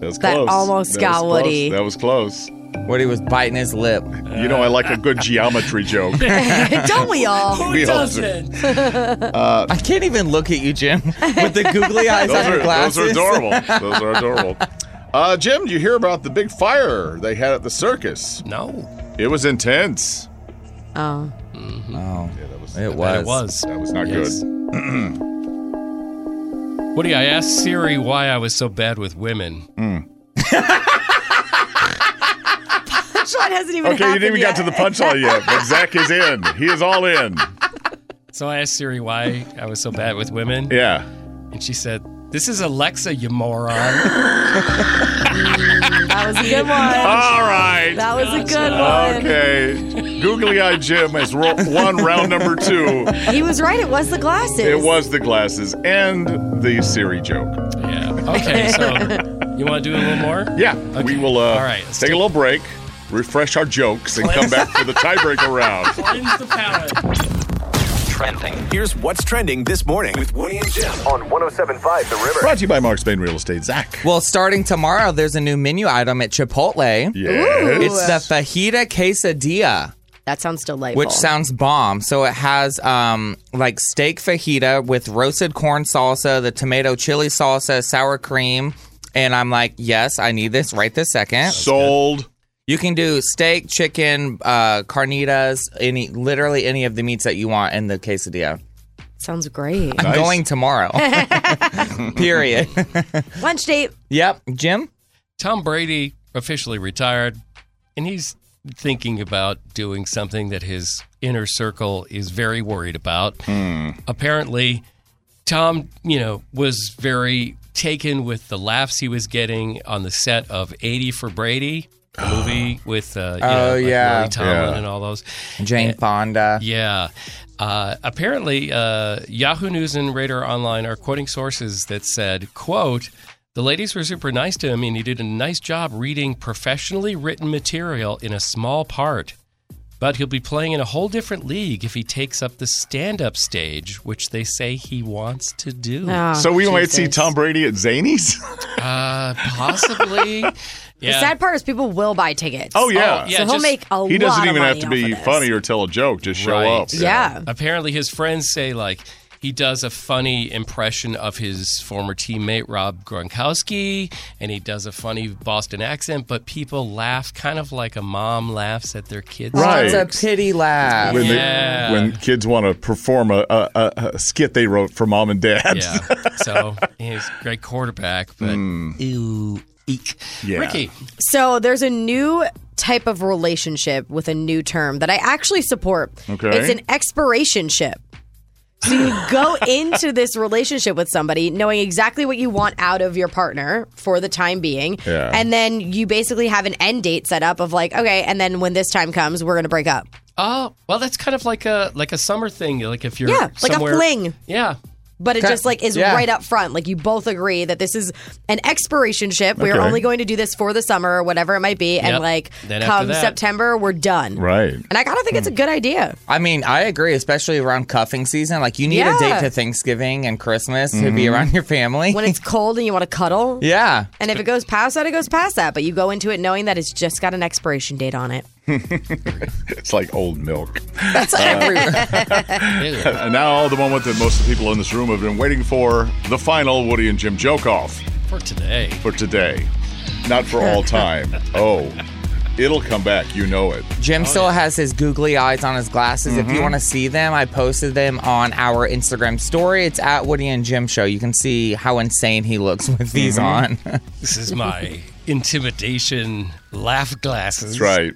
Speaker 4: That was
Speaker 8: That
Speaker 4: close.
Speaker 8: almost
Speaker 4: That
Speaker 8: got
Speaker 4: was close.
Speaker 8: Woody.
Speaker 4: That was close.
Speaker 6: Woody was biting his lip.
Speaker 4: You know, I like a good geometry joke.
Speaker 8: Don't we all?
Speaker 4: We all do.
Speaker 5: Doesn't.
Speaker 6: I can't even look at you, Jim, with the googly eyes
Speaker 4: Uh, Those
Speaker 6: on
Speaker 4: are,
Speaker 6: your glasses.
Speaker 4: those are adorable. Those are adorable. Uh, Jim, did you hear about the big fire they had at the circus?
Speaker 5: No.
Speaker 4: It was intense.
Speaker 8: Oh.
Speaker 6: Oh, it
Speaker 5: But
Speaker 6: was.
Speaker 5: it was.
Speaker 4: That was not
Speaker 5: Yes.
Speaker 4: good.
Speaker 5: Woody, I asked Siri why I was so bad with women.
Speaker 4: Mm.
Speaker 8: Sean hasn't even
Speaker 4: Okay, you didn't even get to
Speaker 8: happened yet.
Speaker 4: the punchline yet, but Zach is in. He is all in.
Speaker 5: So I asked Siri why I was so bad with women.
Speaker 4: Yeah.
Speaker 5: And she said, This is Alexa, you moron.
Speaker 8: That was a good one.
Speaker 4: All right.
Speaker 8: That was a good one.
Speaker 4: Okay. Googly Eye Jim has ro- won round number two.
Speaker 8: He was right. It was the glasses.
Speaker 4: It was the glasses and the Siri joke.
Speaker 5: yeah. Okay, so you want to do a little more?
Speaker 4: Yeah. We
Speaker 5: Okay.
Speaker 4: will uh,
Speaker 5: All right, let's
Speaker 4: take a
Speaker 5: do-
Speaker 4: little break, refresh our jokes, and come back for the tiebreaker round.
Speaker 5: Cleanse the palate.
Speaker 7: trending. Here's what's trending this morning with Woody and Jim on 107.5 The River.
Speaker 4: Brought to you by Mark's Main Real Estate. Zach.
Speaker 6: Well, starting tomorrow, there's a new menu item at Chipotle.
Speaker 4: Yes.
Speaker 6: It's the fajita quesadilla,
Speaker 8: That sounds delightful.
Speaker 6: which sounds bomb. So it has um, like steak fajita with roasted corn salsa, the tomato chili salsa, sour cream. And I'm like, yes, I need this right this second.
Speaker 4: sold.
Speaker 6: You can do steak, chicken, uh, carnitas, any literally any of the meats that you want in the quesadilla.
Speaker 8: sounds great.
Speaker 6: I'm going tomorrow. Period.
Speaker 8: Lunch date.
Speaker 6: yep, Jim.
Speaker 5: Tom Brady officially retired, and he's thinking about doing something that his inner circle is very worried about. Apparently, Tom, you know, was very taken with the laughs he was getting on the set of 80 for Brady. the movie with uh, you know,
Speaker 6: Oh,
Speaker 5: like
Speaker 6: yeah.
Speaker 5: Lily Tomlin
Speaker 4: Yeah.
Speaker 5: and all those.
Speaker 6: Jane Fonda.
Speaker 5: Yeah. Uh, apparently, uh, Yahoo News and Radar Online are quoting sources that said, quote, the ladies were super nice to him and he did a nice job reading professionally written material in a small part. But he'll be playing in a whole different league if he takes up the stand up stage, which they say he wants to do.
Speaker 8: Oh,
Speaker 4: so we might see
Speaker 8: Jesus.
Speaker 4: Tom Brady at Zany's?
Speaker 5: Uh, possibly.
Speaker 8: The
Speaker 5: yeah.
Speaker 8: sad part is people will buy tickets.
Speaker 4: Oh, yeah.
Speaker 5: yeah.
Speaker 8: so he'll
Speaker 5: just-
Speaker 8: make a lot
Speaker 4: he doesn't
Speaker 8: of
Speaker 4: even have
Speaker 8: money
Speaker 4: to
Speaker 8: off
Speaker 4: be
Speaker 8: of this.
Speaker 4: funny or tell a joke. Just show
Speaker 5: Right.
Speaker 4: up.
Speaker 8: Yeah.
Speaker 5: Apparently, his friends say like he does a funny impression of his former teammate Rob Gronkowski, and he does a funny Boston accent. But people laugh, kind of like a mom laughs at their kids.
Speaker 4: Right.
Speaker 6: It's a pity laugh.
Speaker 4: When, they-
Speaker 5: Yeah.
Speaker 4: when kids want to perform a, a, a, a skit they wrote for mom and dad.
Speaker 5: Yeah. So he's a great quarterback, but ew, eek.
Speaker 4: Hmm. Yeah.
Speaker 5: Ricky,
Speaker 8: So there's a new type of relationship with a new term that I actually support.
Speaker 4: Okay.
Speaker 8: It's an expiration ship. So you go into this relationship with somebody knowing exactly what you want out of your partner for the time being.
Speaker 4: Yeah.
Speaker 8: And then you basically have an end date set up of like, okay, and then when this time comes, we're gonna break up.
Speaker 5: oh well, that's kind of like a like a summer thing. Like if you're
Speaker 8: Yeah, like a
Speaker 5: somewhere-
Speaker 8: fling.
Speaker 5: Yeah.
Speaker 8: But it
Speaker 6: Okay.
Speaker 8: just like is
Speaker 6: Yeah.
Speaker 8: right up front. Like you both agree that this is an expiration ship. We're
Speaker 4: Okay.
Speaker 8: only going to do this for the summer or whatever it might be.
Speaker 5: Yep.
Speaker 8: And like
Speaker 5: Then after
Speaker 8: come
Speaker 5: that-
Speaker 8: September, we're done.
Speaker 4: Right.
Speaker 8: And I kind of think it's a good idea.
Speaker 6: I mean, I agree, especially around cuffing season. Like, you need a
Speaker 8: Yeah.
Speaker 6: date to Thanksgiving and Christmas to
Speaker 4: Mm-hmm.
Speaker 6: be around your family.
Speaker 8: When it's cold and you want to cuddle.
Speaker 6: yeah.
Speaker 8: And if it goes past that, it goes past that. But you go into it knowing that it's just got an expiration date on it.
Speaker 4: It's like old milk.
Speaker 6: That's everywhere.
Speaker 5: Ew.
Speaker 4: And now the moment that most of the people in this room have been waiting for the final Woody and Jim joke off
Speaker 5: For today.
Speaker 4: for today. Not for all time. Oh, it'll come back. You know it.
Speaker 6: Jim still has his googly eyes on his glasses. If
Speaker 4: Mm-hmm.
Speaker 6: you want to see them, I posted them on our Instagram story. It's at Woody and Jim Show. You can see how insane he looks with these
Speaker 4: Mm-hmm.
Speaker 6: on.
Speaker 5: This is my intimidation laugh glasses.
Speaker 4: That's right.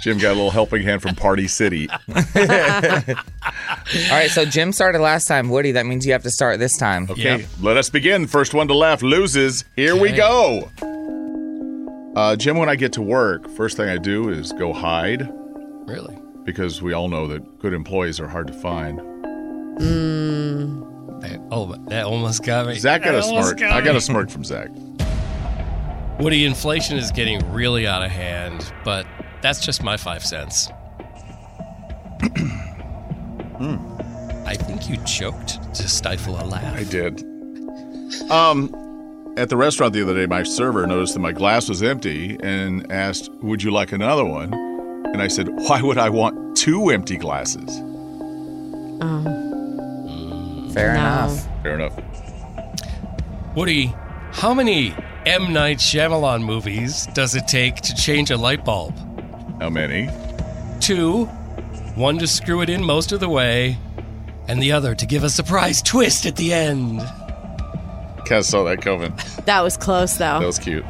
Speaker 4: Jim got a little helping hand from Party City.
Speaker 6: All right, so Jim started last time. Woody, that means you have to start this time.
Speaker 4: Okay, let us begin. First one to laugh loses. Here we go. Uh, Jim, when I get to work, first thing I do is go hide
Speaker 5: Really.
Speaker 4: because we all know that good employees are hard to find.
Speaker 5: That- oh, that almost got me.
Speaker 4: Zach got
Speaker 5: That
Speaker 4: a
Speaker 5: almost
Speaker 4: smirk. I got
Speaker 5: me.
Speaker 4: a smirk from Zach.
Speaker 5: Woody, inflation is getting really out of hand, but that's just my five cents. Hmm. I think you choked to stifle a
Speaker 4: I
Speaker 5: laugh.
Speaker 4: did. Um, at the restaurant the other day, my server noticed that my glass was empty and asked, "Would you like another one?" And I said, "Why would I want two empty glasses?"
Speaker 6: Fair enough.
Speaker 4: Fair enough.
Speaker 5: Woody, how many M. Night Shyamalan movies does it take to change a light bulb?
Speaker 4: How many?
Speaker 5: Two, one to screw it in most of the way, and the other to give a surprise twist at the end.
Speaker 4: Kind of saw that coming.
Speaker 8: That was close, though.
Speaker 4: That was cute.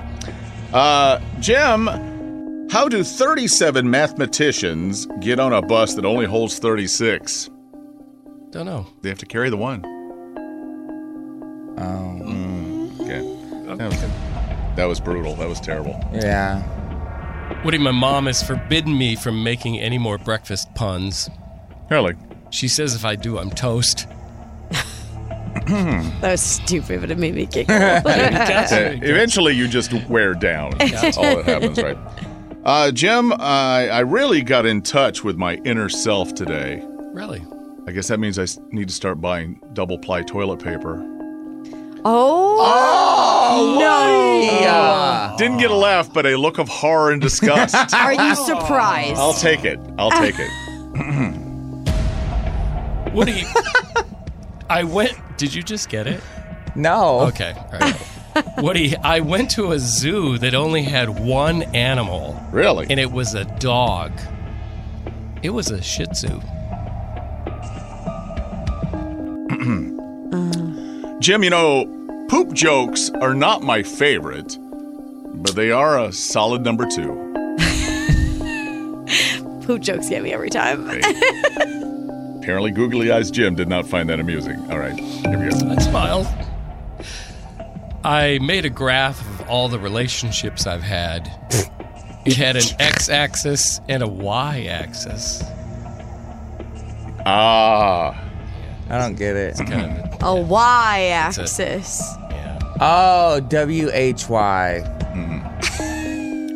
Speaker 4: Uh, Jim, how do 37 mathematicians get on a bus that only holds 36?
Speaker 5: Don't know.
Speaker 4: They have to carry the one. Oh. mm, okay. That was, that was brutal. That was terrible.
Speaker 6: Yeah.
Speaker 5: Woody, my mom has forbidden me from making any more breakfast puns.
Speaker 4: Really?
Speaker 5: She says if I do, I'm toast.
Speaker 8: That was stupid, but it made me giggle.
Speaker 4: Eh, eventually, you just wear down. That's all that happens, right? Uh, Jim, I, I really got in touch with my inner self today.
Speaker 5: Really?
Speaker 4: I guess that means I s- need to start buying double ply toilet paper.
Speaker 8: Oh, no.
Speaker 6: Yeah.
Speaker 4: Didn't get a laugh, but a look of horror and disgust.
Speaker 8: Are you surprised?
Speaker 4: I'll take it. I'll take it.
Speaker 5: Woody, I went. Did you just get it?
Speaker 6: No.
Speaker 5: Okay. All right. Woody, I went to a zoo that only had one animal,
Speaker 4: Really?
Speaker 5: and it was a dog. It was a Shih Tzu.
Speaker 4: Jim, you know, poop jokes are not my favorite, but they are a solid number two.
Speaker 8: Poop jokes get me every time.
Speaker 4: Apparently, googly eyes Jim did not find that amusing. All right, here we go.
Speaker 5: I smiled. I made a graph of all the relationships I've had. It had an x axis and a y axis.
Speaker 4: Ah,
Speaker 6: I don't get it.
Speaker 5: Kind of,
Speaker 8: A Y axis.
Speaker 5: yeah.
Speaker 6: Oh, W H Y.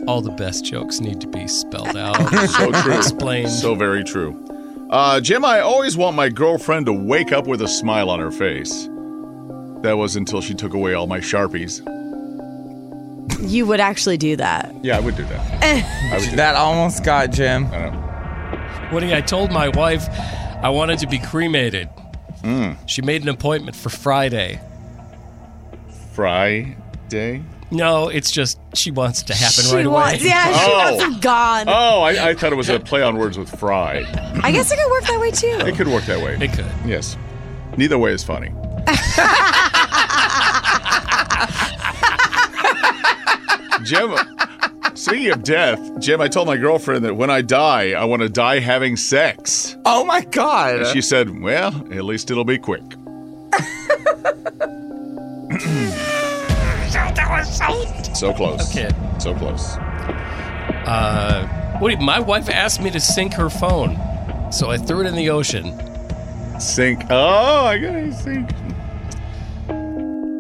Speaker 5: All the best jokes need to be spelled out.
Speaker 4: so true.
Speaker 5: Explained.
Speaker 4: So very true. Uh, Jim, I always want my girlfriend to wake up with a smile on her face. That was until she took away all my Sharpies.
Speaker 8: You would actually do that.
Speaker 4: Yeah, I would do that. I would do that.
Speaker 6: That almost got Jim.
Speaker 4: Uh,
Speaker 5: Woody, I told my wife I wanted to be cremated.
Speaker 4: Mm.
Speaker 5: She made an appointment for Friday.
Speaker 4: Friday?
Speaker 5: No, it's just she wants it to happen
Speaker 8: she
Speaker 5: right
Speaker 8: wants,
Speaker 5: away.
Speaker 8: yeah, she
Speaker 4: Oh.
Speaker 8: wants him gone.
Speaker 4: Oh, I, I thought it was a play on words with fry.
Speaker 8: I guess it could work that way
Speaker 4: It
Speaker 8: too.
Speaker 4: could work that way.
Speaker 5: It could.
Speaker 4: Yes. Neither way is funny. Jim, speaking of death, Jim, I told my girlfriend that when I die, I want to die having sex.
Speaker 6: Oh my God.
Speaker 4: And she said, well, at least it'll be quick. so close.
Speaker 5: Okay.
Speaker 4: So close.
Speaker 5: Uh, Woody, my wife asked me to sink her phone, so I threw it in the ocean.
Speaker 4: Sink. Oh, I gotta sink.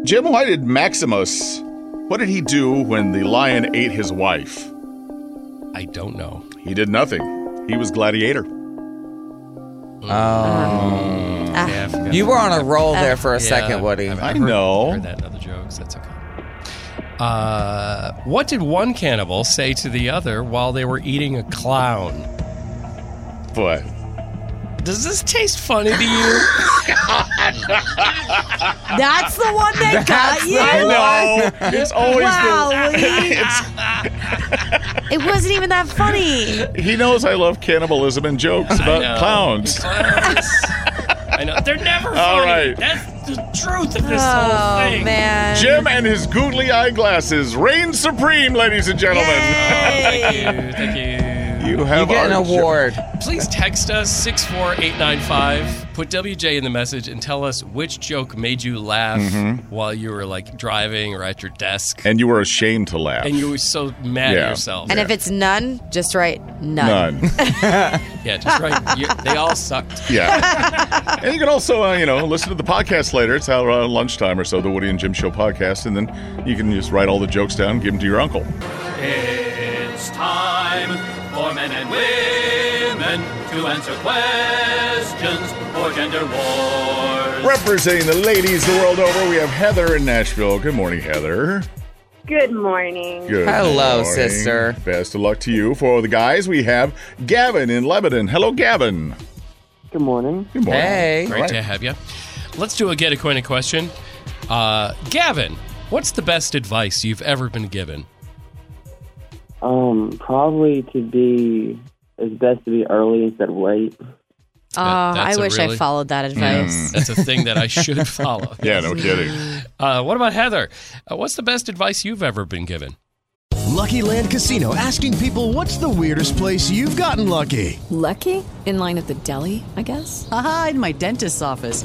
Speaker 4: Jim, why did Maximus? What did he do when the lion ate his wife?
Speaker 5: I don't know.
Speaker 4: He did nothing. He was gladiator.
Speaker 5: Yeah, I forgot.
Speaker 6: You were on a roll there for a
Speaker 5: Yeah,
Speaker 6: second, Woody.
Speaker 5: I've-
Speaker 4: I
Speaker 5: I've heard-
Speaker 4: know.
Speaker 5: Heard that in other jokes. That's okay. Uh, what did one cannibal say to the other while they were eating a clown?
Speaker 4: But
Speaker 5: Does this taste funny to you?
Speaker 8: That's the one that got you.
Speaker 4: I know it's always
Speaker 8: Wow, Lee. it wasn't even that funny.
Speaker 4: the, he knows I love cannibalism and jokes
Speaker 5: know.
Speaker 4: about clowns.
Speaker 5: Clowns. I know. They're never funny.
Speaker 4: All right.
Speaker 5: That's the truth of this
Speaker 8: Oh
Speaker 5: whole thing.
Speaker 8: man.
Speaker 4: Jim and his googly eyeglasses reign supreme, ladies and gentlemen.
Speaker 8: Yay.
Speaker 5: Thank you. Thank you.
Speaker 4: You
Speaker 6: You
Speaker 4: have
Speaker 6: get an
Speaker 4: our Jim.
Speaker 6: award.
Speaker 5: Please text us 64895. Put WJ in the message and tell us which joke made you laugh while you were like driving or at your desk.
Speaker 4: Mm-hmm. and you were ashamed to laugh.
Speaker 5: And you were so mad
Speaker 4: Yeah.
Speaker 5: at yourself.
Speaker 8: And if it's none, just write none.
Speaker 4: none.
Speaker 5: yeah, just right. You- they all sucked.
Speaker 4: Yeah. and you can also, uh, you know, listen to the podcast later. It's out around lunchtime or so, the Woody and Jim Show podcast. And then you can just write all the jokes down, give them to your uncle.
Speaker 9: It's time for men and women to answer questions for gender wars.
Speaker 4: Representing the ladies the world over, we have Heather in Nashville. Good morning, Heather.
Speaker 10: Good morning.
Speaker 4: Good
Speaker 6: Hello,
Speaker 4: morning.
Speaker 6: sister.
Speaker 4: Best of luck to you. For the guys, we have Gavin in Lebanon. Hello, Gavin.
Speaker 11: Good morning.
Speaker 4: Good morning.
Speaker 6: Hey.
Speaker 4: All
Speaker 5: Great
Speaker 4: right.
Speaker 5: to have you. Let's do a get acquainted question. Uh, Gavin, what's the best advice you've ever been given?
Speaker 11: Um, probably to be it's best to be early instead of late.
Speaker 8: Oh,
Speaker 5: That-
Speaker 8: I
Speaker 5: that's a
Speaker 8: wish
Speaker 5: really-
Speaker 8: I followed that advice.
Speaker 5: That's a thing that I should follow.
Speaker 4: Yeah, no kidding.
Speaker 5: Uh, what about Heather? Uh, what's the best advice you've ever been given?
Speaker 7: Lucky Land Casino asking people what's the weirdest place you've gotten lucky?
Speaker 12: Lucky? In line at the deli, I guess?
Speaker 9: Aha, in my dentist's office.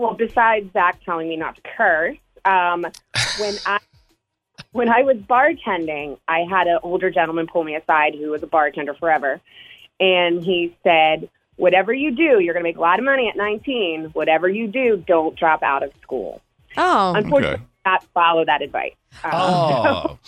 Speaker 10: Well, besides Zach telling me not to curse, um, when I when I was bartending, I had an older gentleman pull me aside who was a bartender forever, and he said, "Whatever you do, you're going to make a lot of money at 19. Whatever you do, don't drop out of school."
Speaker 8: Oh,
Speaker 10: unfortunately,
Speaker 5: Okay.
Speaker 10: I did not follow that advice. Um,
Speaker 5: Oh,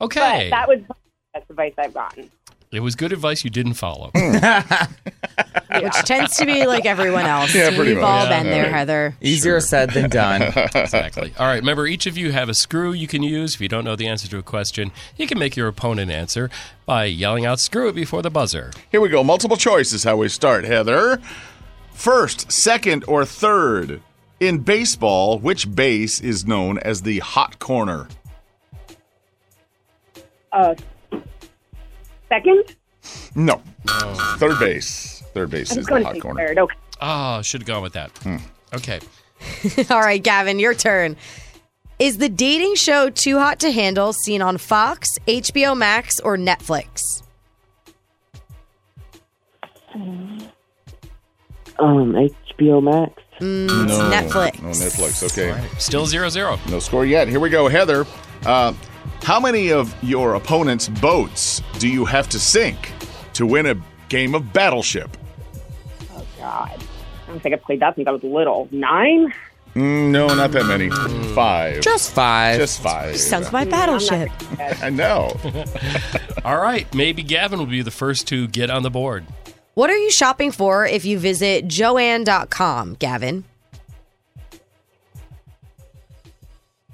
Speaker 5: okay.
Speaker 10: but that was the best advice I've gotten.
Speaker 5: It was good advice you didn't follow.
Speaker 8: which tends to be like everyone else.
Speaker 5: Yeah, pretty
Speaker 8: We've
Speaker 5: much.
Speaker 8: all
Speaker 5: Yeah,
Speaker 8: been there,
Speaker 5: right.
Speaker 8: Heather.
Speaker 6: Easier said than done.
Speaker 5: exactly. All right. Remember, each of you have a screw you can use. If you don't know the answer to a question, you can make your opponent answer by yelling out "screw it" before the buzzer.
Speaker 4: Here we go. Multiple choice is how we start, Heather. First, second, or third. In baseball, which base is known as the hot corner?
Speaker 10: Uh, second,
Speaker 4: No. Third base. Third base
Speaker 10: I
Speaker 4: is
Speaker 10: was
Speaker 4: the
Speaker 10: going to
Speaker 4: hot
Speaker 10: say
Speaker 4: corner.
Speaker 10: third. Okay,
Speaker 5: Oh, should have gone with that. Okay.
Speaker 8: All right, Gavin, your turn. Is the dating show Too Hot to Handle seen on Fox, HBO Max, or Netflix?
Speaker 11: Um, HBO Max.
Speaker 8: Mm, it's Netflix.
Speaker 4: No, Netflix. Okay.
Speaker 5: Still zero zero.
Speaker 4: No score yet. Here we go, Heather. Uh, how many of your opponent's boats do you have to sink to win a game of Battleship?
Speaker 10: oh God, I don't think I played that since I was little. Nine.
Speaker 4: Mm, no, not that many. Five.
Speaker 6: Just five.
Speaker 4: Just five.
Speaker 8: Sounds
Speaker 10: Mm,
Speaker 8: my battleship.
Speaker 4: I know.
Speaker 5: All right. Maybe Gavin will be the first to get on the board.
Speaker 8: What are you shopping for if you visit joanne.com, Gavin?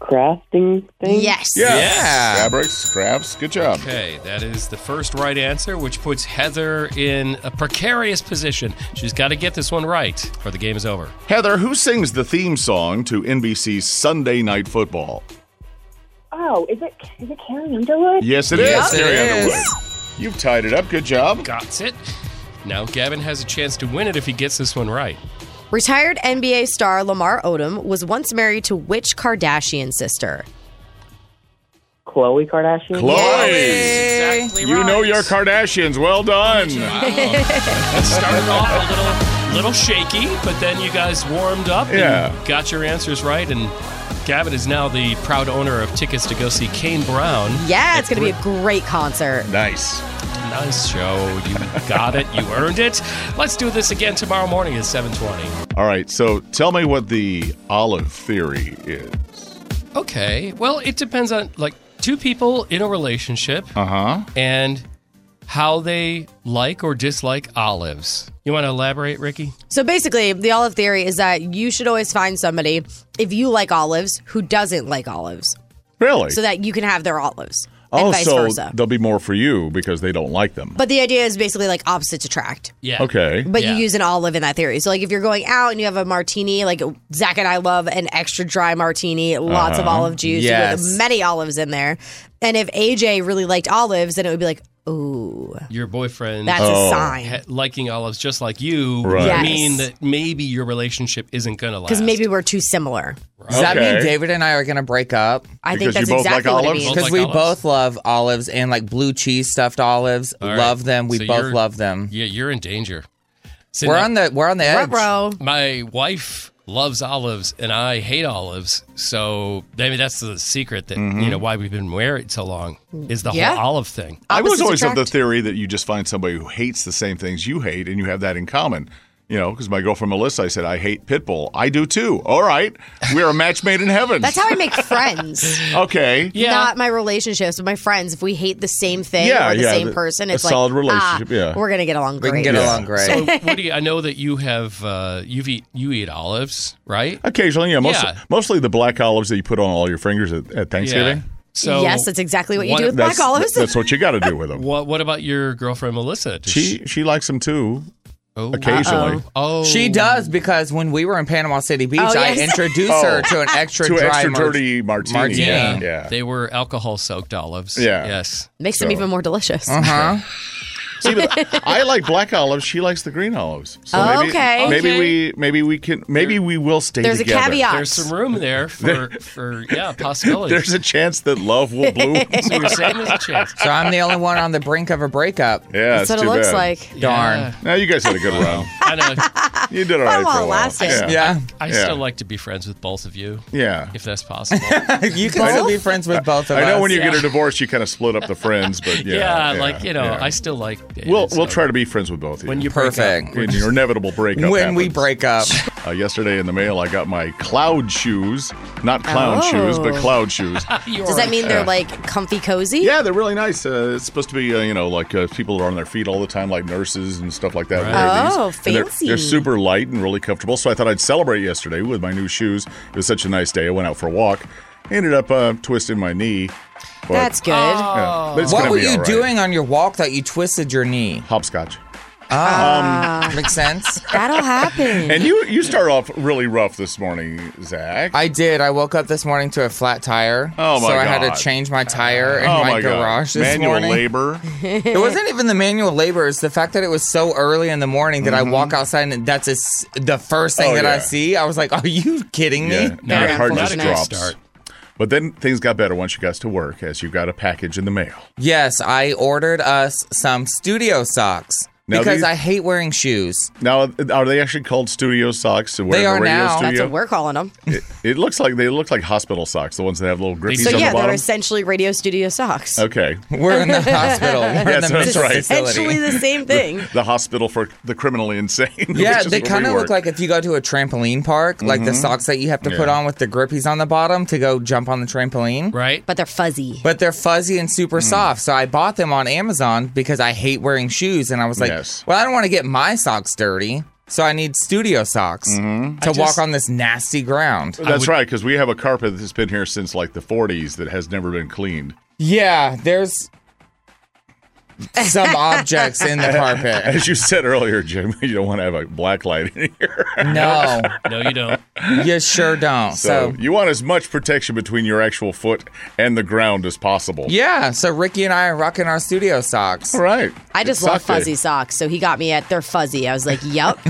Speaker 11: Crafting thing?
Speaker 8: Yes.
Speaker 4: Yes.
Speaker 5: Yeah.
Speaker 4: Fabrics, scraps. Good job.
Speaker 5: Okay, that is the first right answer, which puts Heather in a precarious position. She's got to get this one right, or the game is over.
Speaker 4: Heather, who sings the theme song to NBC's Sunday Night Football?
Speaker 10: Oh, is it is it Carrie Underwood?
Speaker 4: Yes, it is.
Speaker 6: Yes, it
Speaker 4: Carrie
Speaker 6: is.
Speaker 4: Underwood. You've tied it up. Good job.
Speaker 5: Got it. Now Gavin has a chance to win it if he gets this one right.
Speaker 8: Retired NBA star Lamar Odom was once married to which Kardashian sister?
Speaker 11: Chloe Kardashian?
Speaker 4: Chloe.
Speaker 5: Exactly
Speaker 4: You know your Kardashians. Well done.
Speaker 5: It started off a little, little shaky, but then you guys warmed up and
Speaker 4: Yeah.
Speaker 5: got your answers right. And Gavin is now the proud owner of tickets to go see Kane Brown.
Speaker 8: Yeah, it's going to be a great concert.
Speaker 4: Nice.
Speaker 5: Nice show. You got it. You earned it. Let's do this again tomorrow morning at 720.
Speaker 4: All right, so tell me what the olive theory is.
Speaker 5: Okay. Well, it depends on like two people in a relationship
Speaker 4: Uh huh.
Speaker 5: and how they like or dislike olives. You want to elaborate, Ricky?
Speaker 8: So basically, the olive theory is that you should always find somebody, if you like olives, who doesn't like olives,
Speaker 4: Really?
Speaker 8: so that you can have their olives and
Speaker 4: oh,
Speaker 8: vice
Speaker 4: so
Speaker 8: versa.
Speaker 4: they'll be more for you because they don't like them.
Speaker 8: But the idea is basically like opposites attract.
Speaker 5: Yeah.
Speaker 4: okay.
Speaker 8: But
Speaker 5: Yeah.
Speaker 8: you use an olive in that theory. So like if you're going out and you have a martini, like Zach and I love an extra dry martini, lots
Speaker 4: Uh-huh.
Speaker 8: of olive juice
Speaker 6: Yes.
Speaker 8: with many olives in there. And if AJ really liked olives, then it would be like, ooh,
Speaker 5: Your boyfriend
Speaker 8: that's
Speaker 4: Oh.
Speaker 5: ha-
Speaker 8: a sign.
Speaker 5: liking olives just like you
Speaker 4: Right.
Speaker 5: would
Speaker 8: Yes.
Speaker 5: mean that maybe your relationship isn't going to last.
Speaker 8: Because maybe we're too similar.
Speaker 6: Does that mean
Speaker 4: Okay.
Speaker 6: David and I are going to break up?
Speaker 8: I
Speaker 4: Because you
Speaker 8: think that's
Speaker 4: both like
Speaker 8: exactly what
Speaker 4: olives?
Speaker 8: it means.
Speaker 5: Both
Speaker 6: Because
Speaker 5: like
Speaker 6: we
Speaker 5: olives?
Speaker 6: both love olives and like blue cheese stuffed olives.
Speaker 5: All right.
Speaker 6: Love them. We
Speaker 5: So
Speaker 6: both
Speaker 5: you're-
Speaker 6: love them.
Speaker 5: yeah, you're in danger. So
Speaker 6: We're
Speaker 5: now-
Speaker 6: on the we're on the edge.
Speaker 8: Ruh-roh.
Speaker 5: My wife loves olives, and I hate olives. So I mean, that's the secret that
Speaker 6: Mm-hmm.
Speaker 5: you know why we've been married so long is the
Speaker 8: Yeah.
Speaker 5: whole olive thing.
Speaker 4: I was
Speaker 8: Opposites
Speaker 4: always of the
Speaker 8: attract.
Speaker 4: theory that you just find somebody who hates the same things you hate and you have that in common. You know, because my girlfriend Melissa, I said, I hate Pitbull. I do too. All right. We're a match made in heaven.
Speaker 8: That's how I make friends.
Speaker 4: okay.
Speaker 5: Yeah.
Speaker 8: Not my relationships, but my friends. If we hate the same thing
Speaker 4: Yeah,
Speaker 8: or the
Speaker 4: yeah,
Speaker 8: same
Speaker 4: the-
Speaker 8: person,
Speaker 4: a
Speaker 8: it's like
Speaker 4: solid
Speaker 8: ah,
Speaker 4: relationship, yeah.
Speaker 8: we're gonna get along
Speaker 6: We
Speaker 8: great.
Speaker 6: can get along great.
Speaker 5: So, Woody, I know that you have uh, you've eat you eat olives, right?
Speaker 4: Occasionally, yeah. Most,
Speaker 5: Yeah.
Speaker 4: Mostly the black olives that you put on all your fingers at, at Thanksgiving.
Speaker 5: Yeah. So
Speaker 8: yes, that's exactly what you
Speaker 5: one
Speaker 8: do
Speaker 5: of-
Speaker 8: with black olives.
Speaker 4: That's what you got to do with them.
Speaker 5: What What about your girlfriend Melissa? Does
Speaker 4: She she likes them too.
Speaker 5: Oh.
Speaker 4: Occasionally.
Speaker 5: Oh.
Speaker 6: She does because when we were in Panama City Beach,
Speaker 4: Oh,
Speaker 6: I
Speaker 4: yes.
Speaker 6: introduced
Speaker 4: Oh.
Speaker 6: her to an extra
Speaker 4: To
Speaker 6: dry
Speaker 4: extra
Speaker 6: mar-
Speaker 4: dirty martini.
Speaker 6: martini.
Speaker 4: Yeah.
Speaker 5: They were alcohol soaked olives.
Speaker 4: Yeah.
Speaker 5: Yes.
Speaker 8: Makes them even more delicious.
Speaker 4: See, but I like black olives. She likes the green olives. So
Speaker 8: Oh,
Speaker 4: maybe,
Speaker 8: okay.
Speaker 4: Maybe
Speaker 8: Okay.
Speaker 4: we maybe we can maybe we will stay
Speaker 8: There's a
Speaker 4: together.
Speaker 8: caveat.
Speaker 5: There's some room there for, for yeah, possibilities.
Speaker 4: There's a chance that love will bloom.
Speaker 5: so we're saying there's a chance.
Speaker 6: So I'm the only one on the brink of a breakup.
Speaker 4: Yeah, it's too bad.
Speaker 6: Darn.
Speaker 5: Yeah.
Speaker 4: Now you guys had a good run.
Speaker 5: I know.
Speaker 4: You did all
Speaker 8: Fun
Speaker 4: right for
Speaker 8: while
Speaker 4: a while.
Speaker 8: it lasted.
Speaker 6: Yeah.
Speaker 5: I
Speaker 4: Yeah.
Speaker 5: still like to be friends with both of you.
Speaker 4: Yeah.
Speaker 5: If that's possible.
Speaker 6: you can still be friends with both of
Speaker 4: I
Speaker 6: us.
Speaker 4: know when you get a
Speaker 5: Yeah.
Speaker 4: divorce, you kind of split up the friends, but yeah,
Speaker 5: yeah, like you know,
Speaker 4: yeah.
Speaker 5: I still like. David,
Speaker 4: we'll
Speaker 5: so
Speaker 4: we'll try to be friends with both of you.
Speaker 5: when you
Speaker 6: Perfect.
Speaker 4: in your inevitable breakup.
Speaker 6: when we
Speaker 4: happens.
Speaker 6: break up.
Speaker 4: Uh, yesterday in the mail, I got my cloud shoes. Not clown
Speaker 8: Oh.
Speaker 4: shoes, but cloud shoes.
Speaker 5: You
Speaker 8: Does
Speaker 5: are-
Speaker 8: that mean they're
Speaker 4: Yeah.
Speaker 8: like comfy cozy?
Speaker 4: yeah, they're really nice. Uh, it's supposed to be, uh, you know, like uh, people are on their feet all the time, like nurses and stuff like that.
Speaker 8: Right.
Speaker 4: wear
Speaker 8: Oh,
Speaker 4: these. And they're-
Speaker 8: fancy.
Speaker 4: They're, super light and really comfortable. So I thought I'd celebrate yesterday with my new shoes. It was such a nice day. I went out for a walk. Ended up uh, twisting my knee. But,
Speaker 8: That's good.
Speaker 4: yeah, but it's
Speaker 6: What
Speaker 4: gonna
Speaker 6: were
Speaker 4: be
Speaker 6: you
Speaker 4: all right.
Speaker 6: doing on your walk that you twisted your knee?
Speaker 4: Hopscotch.
Speaker 6: Ah, makes sense.
Speaker 8: That'll happen.
Speaker 4: And you you start off really rough this morning, Zach.
Speaker 6: I did. I woke up this morning to a flat tire.
Speaker 4: Oh, my
Speaker 6: So I had
Speaker 4: God.
Speaker 6: to change my tire in
Speaker 4: oh
Speaker 6: my,
Speaker 4: my
Speaker 6: garage
Speaker 4: God.
Speaker 6: this
Speaker 4: Manual
Speaker 6: morning.
Speaker 4: labor.
Speaker 6: It wasn't even the manual labor. It's the fact that it was so early in the morning that I walk outside and that's a s the first thing
Speaker 4: Mm-hmm. Oh,
Speaker 6: that I
Speaker 4: yeah.
Speaker 6: see. I was like, "Are you kidding
Speaker 4: Yeah,
Speaker 6: me?"
Speaker 4: now
Speaker 8: Very
Speaker 4: your heart
Speaker 8: unfortunate.
Speaker 4: just
Speaker 8: Not a good
Speaker 4: drops.
Speaker 5: start.
Speaker 4: But then things got better once you got to work, as you got a package in the mail.
Speaker 6: Yes, I ordered us some studio socks
Speaker 4: Now
Speaker 6: because
Speaker 4: these-
Speaker 6: I hate wearing shoes.
Speaker 4: Now, are they actually called studio socks? to wear
Speaker 6: They
Speaker 4: in the
Speaker 6: are
Speaker 4: radio
Speaker 6: now.
Speaker 4: Studio?
Speaker 8: That's what we're calling them.
Speaker 4: It, it looks like they look like hospital socks, the ones that have little grippies
Speaker 8: So
Speaker 4: on
Speaker 8: yeah,
Speaker 4: the bottom.
Speaker 8: they're essentially radio studio socks.
Speaker 4: okay,
Speaker 6: We're in the hospital. We're in
Speaker 4: Yes, that's
Speaker 6: the mental
Speaker 4: right.
Speaker 6: facility.
Speaker 8: Essentially the same thing.
Speaker 4: the hospital for the criminally insane.
Speaker 6: Yeah,
Speaker 4: which is
Speaker 6: they
Speaker 4: where
Speaker 6: kind
Speaker 4: we
Speaker 6: of
Speaker 4: work. Mm-hmm.
Speaker 6: look like if you go to a trampoline park, like the socks that you have to put
Speaker 4: Yeah.
Speaker 6: on with the grippies on the bottom to go jump on the trampoline.
Speaker 5: right.
Speaker 8: But they're fuzzy.
Speaker 6: But they're fuzzy and
Speaker 5: Hmm.
Speaker 6: super soft. So I bought them on Amazon because I hate wearing shoes. And I was like,
Speaker 4: Yes.
Speaker 6: well, I don't want to get my socks dirty. So I need studio socks to walk
Speaker 5: Mm-hmm. just-
Speaker 6: on this nasty ground.
Speaker 4: That's right, because we have a carpet that's been here since like the 40s that has never been cleaned.
Speaker 6: Yeah, there's some objects in the carpet.
Speaker 4: As you said earlier, Jim, you don't want to have a black light in here.
Speaker 6: No,
Speaker 5: No, you don't.
Speaker 6: you sure don't.
Speaker 4: So,
Speaker 6: So,
Speaker 4: you want as much protection between your actual foot and the ground as possible.
Speaker 6: yeah, so Ricky and I are rocking our studio socks.
Speaker 4: All right.
Speaker 8: I just
Speaker 4: It's
Speaker 8: love
Speaker 4: sock day.
Speaker 8: fuzzy socks. So he got me at they're fuzzy. I was like, yep,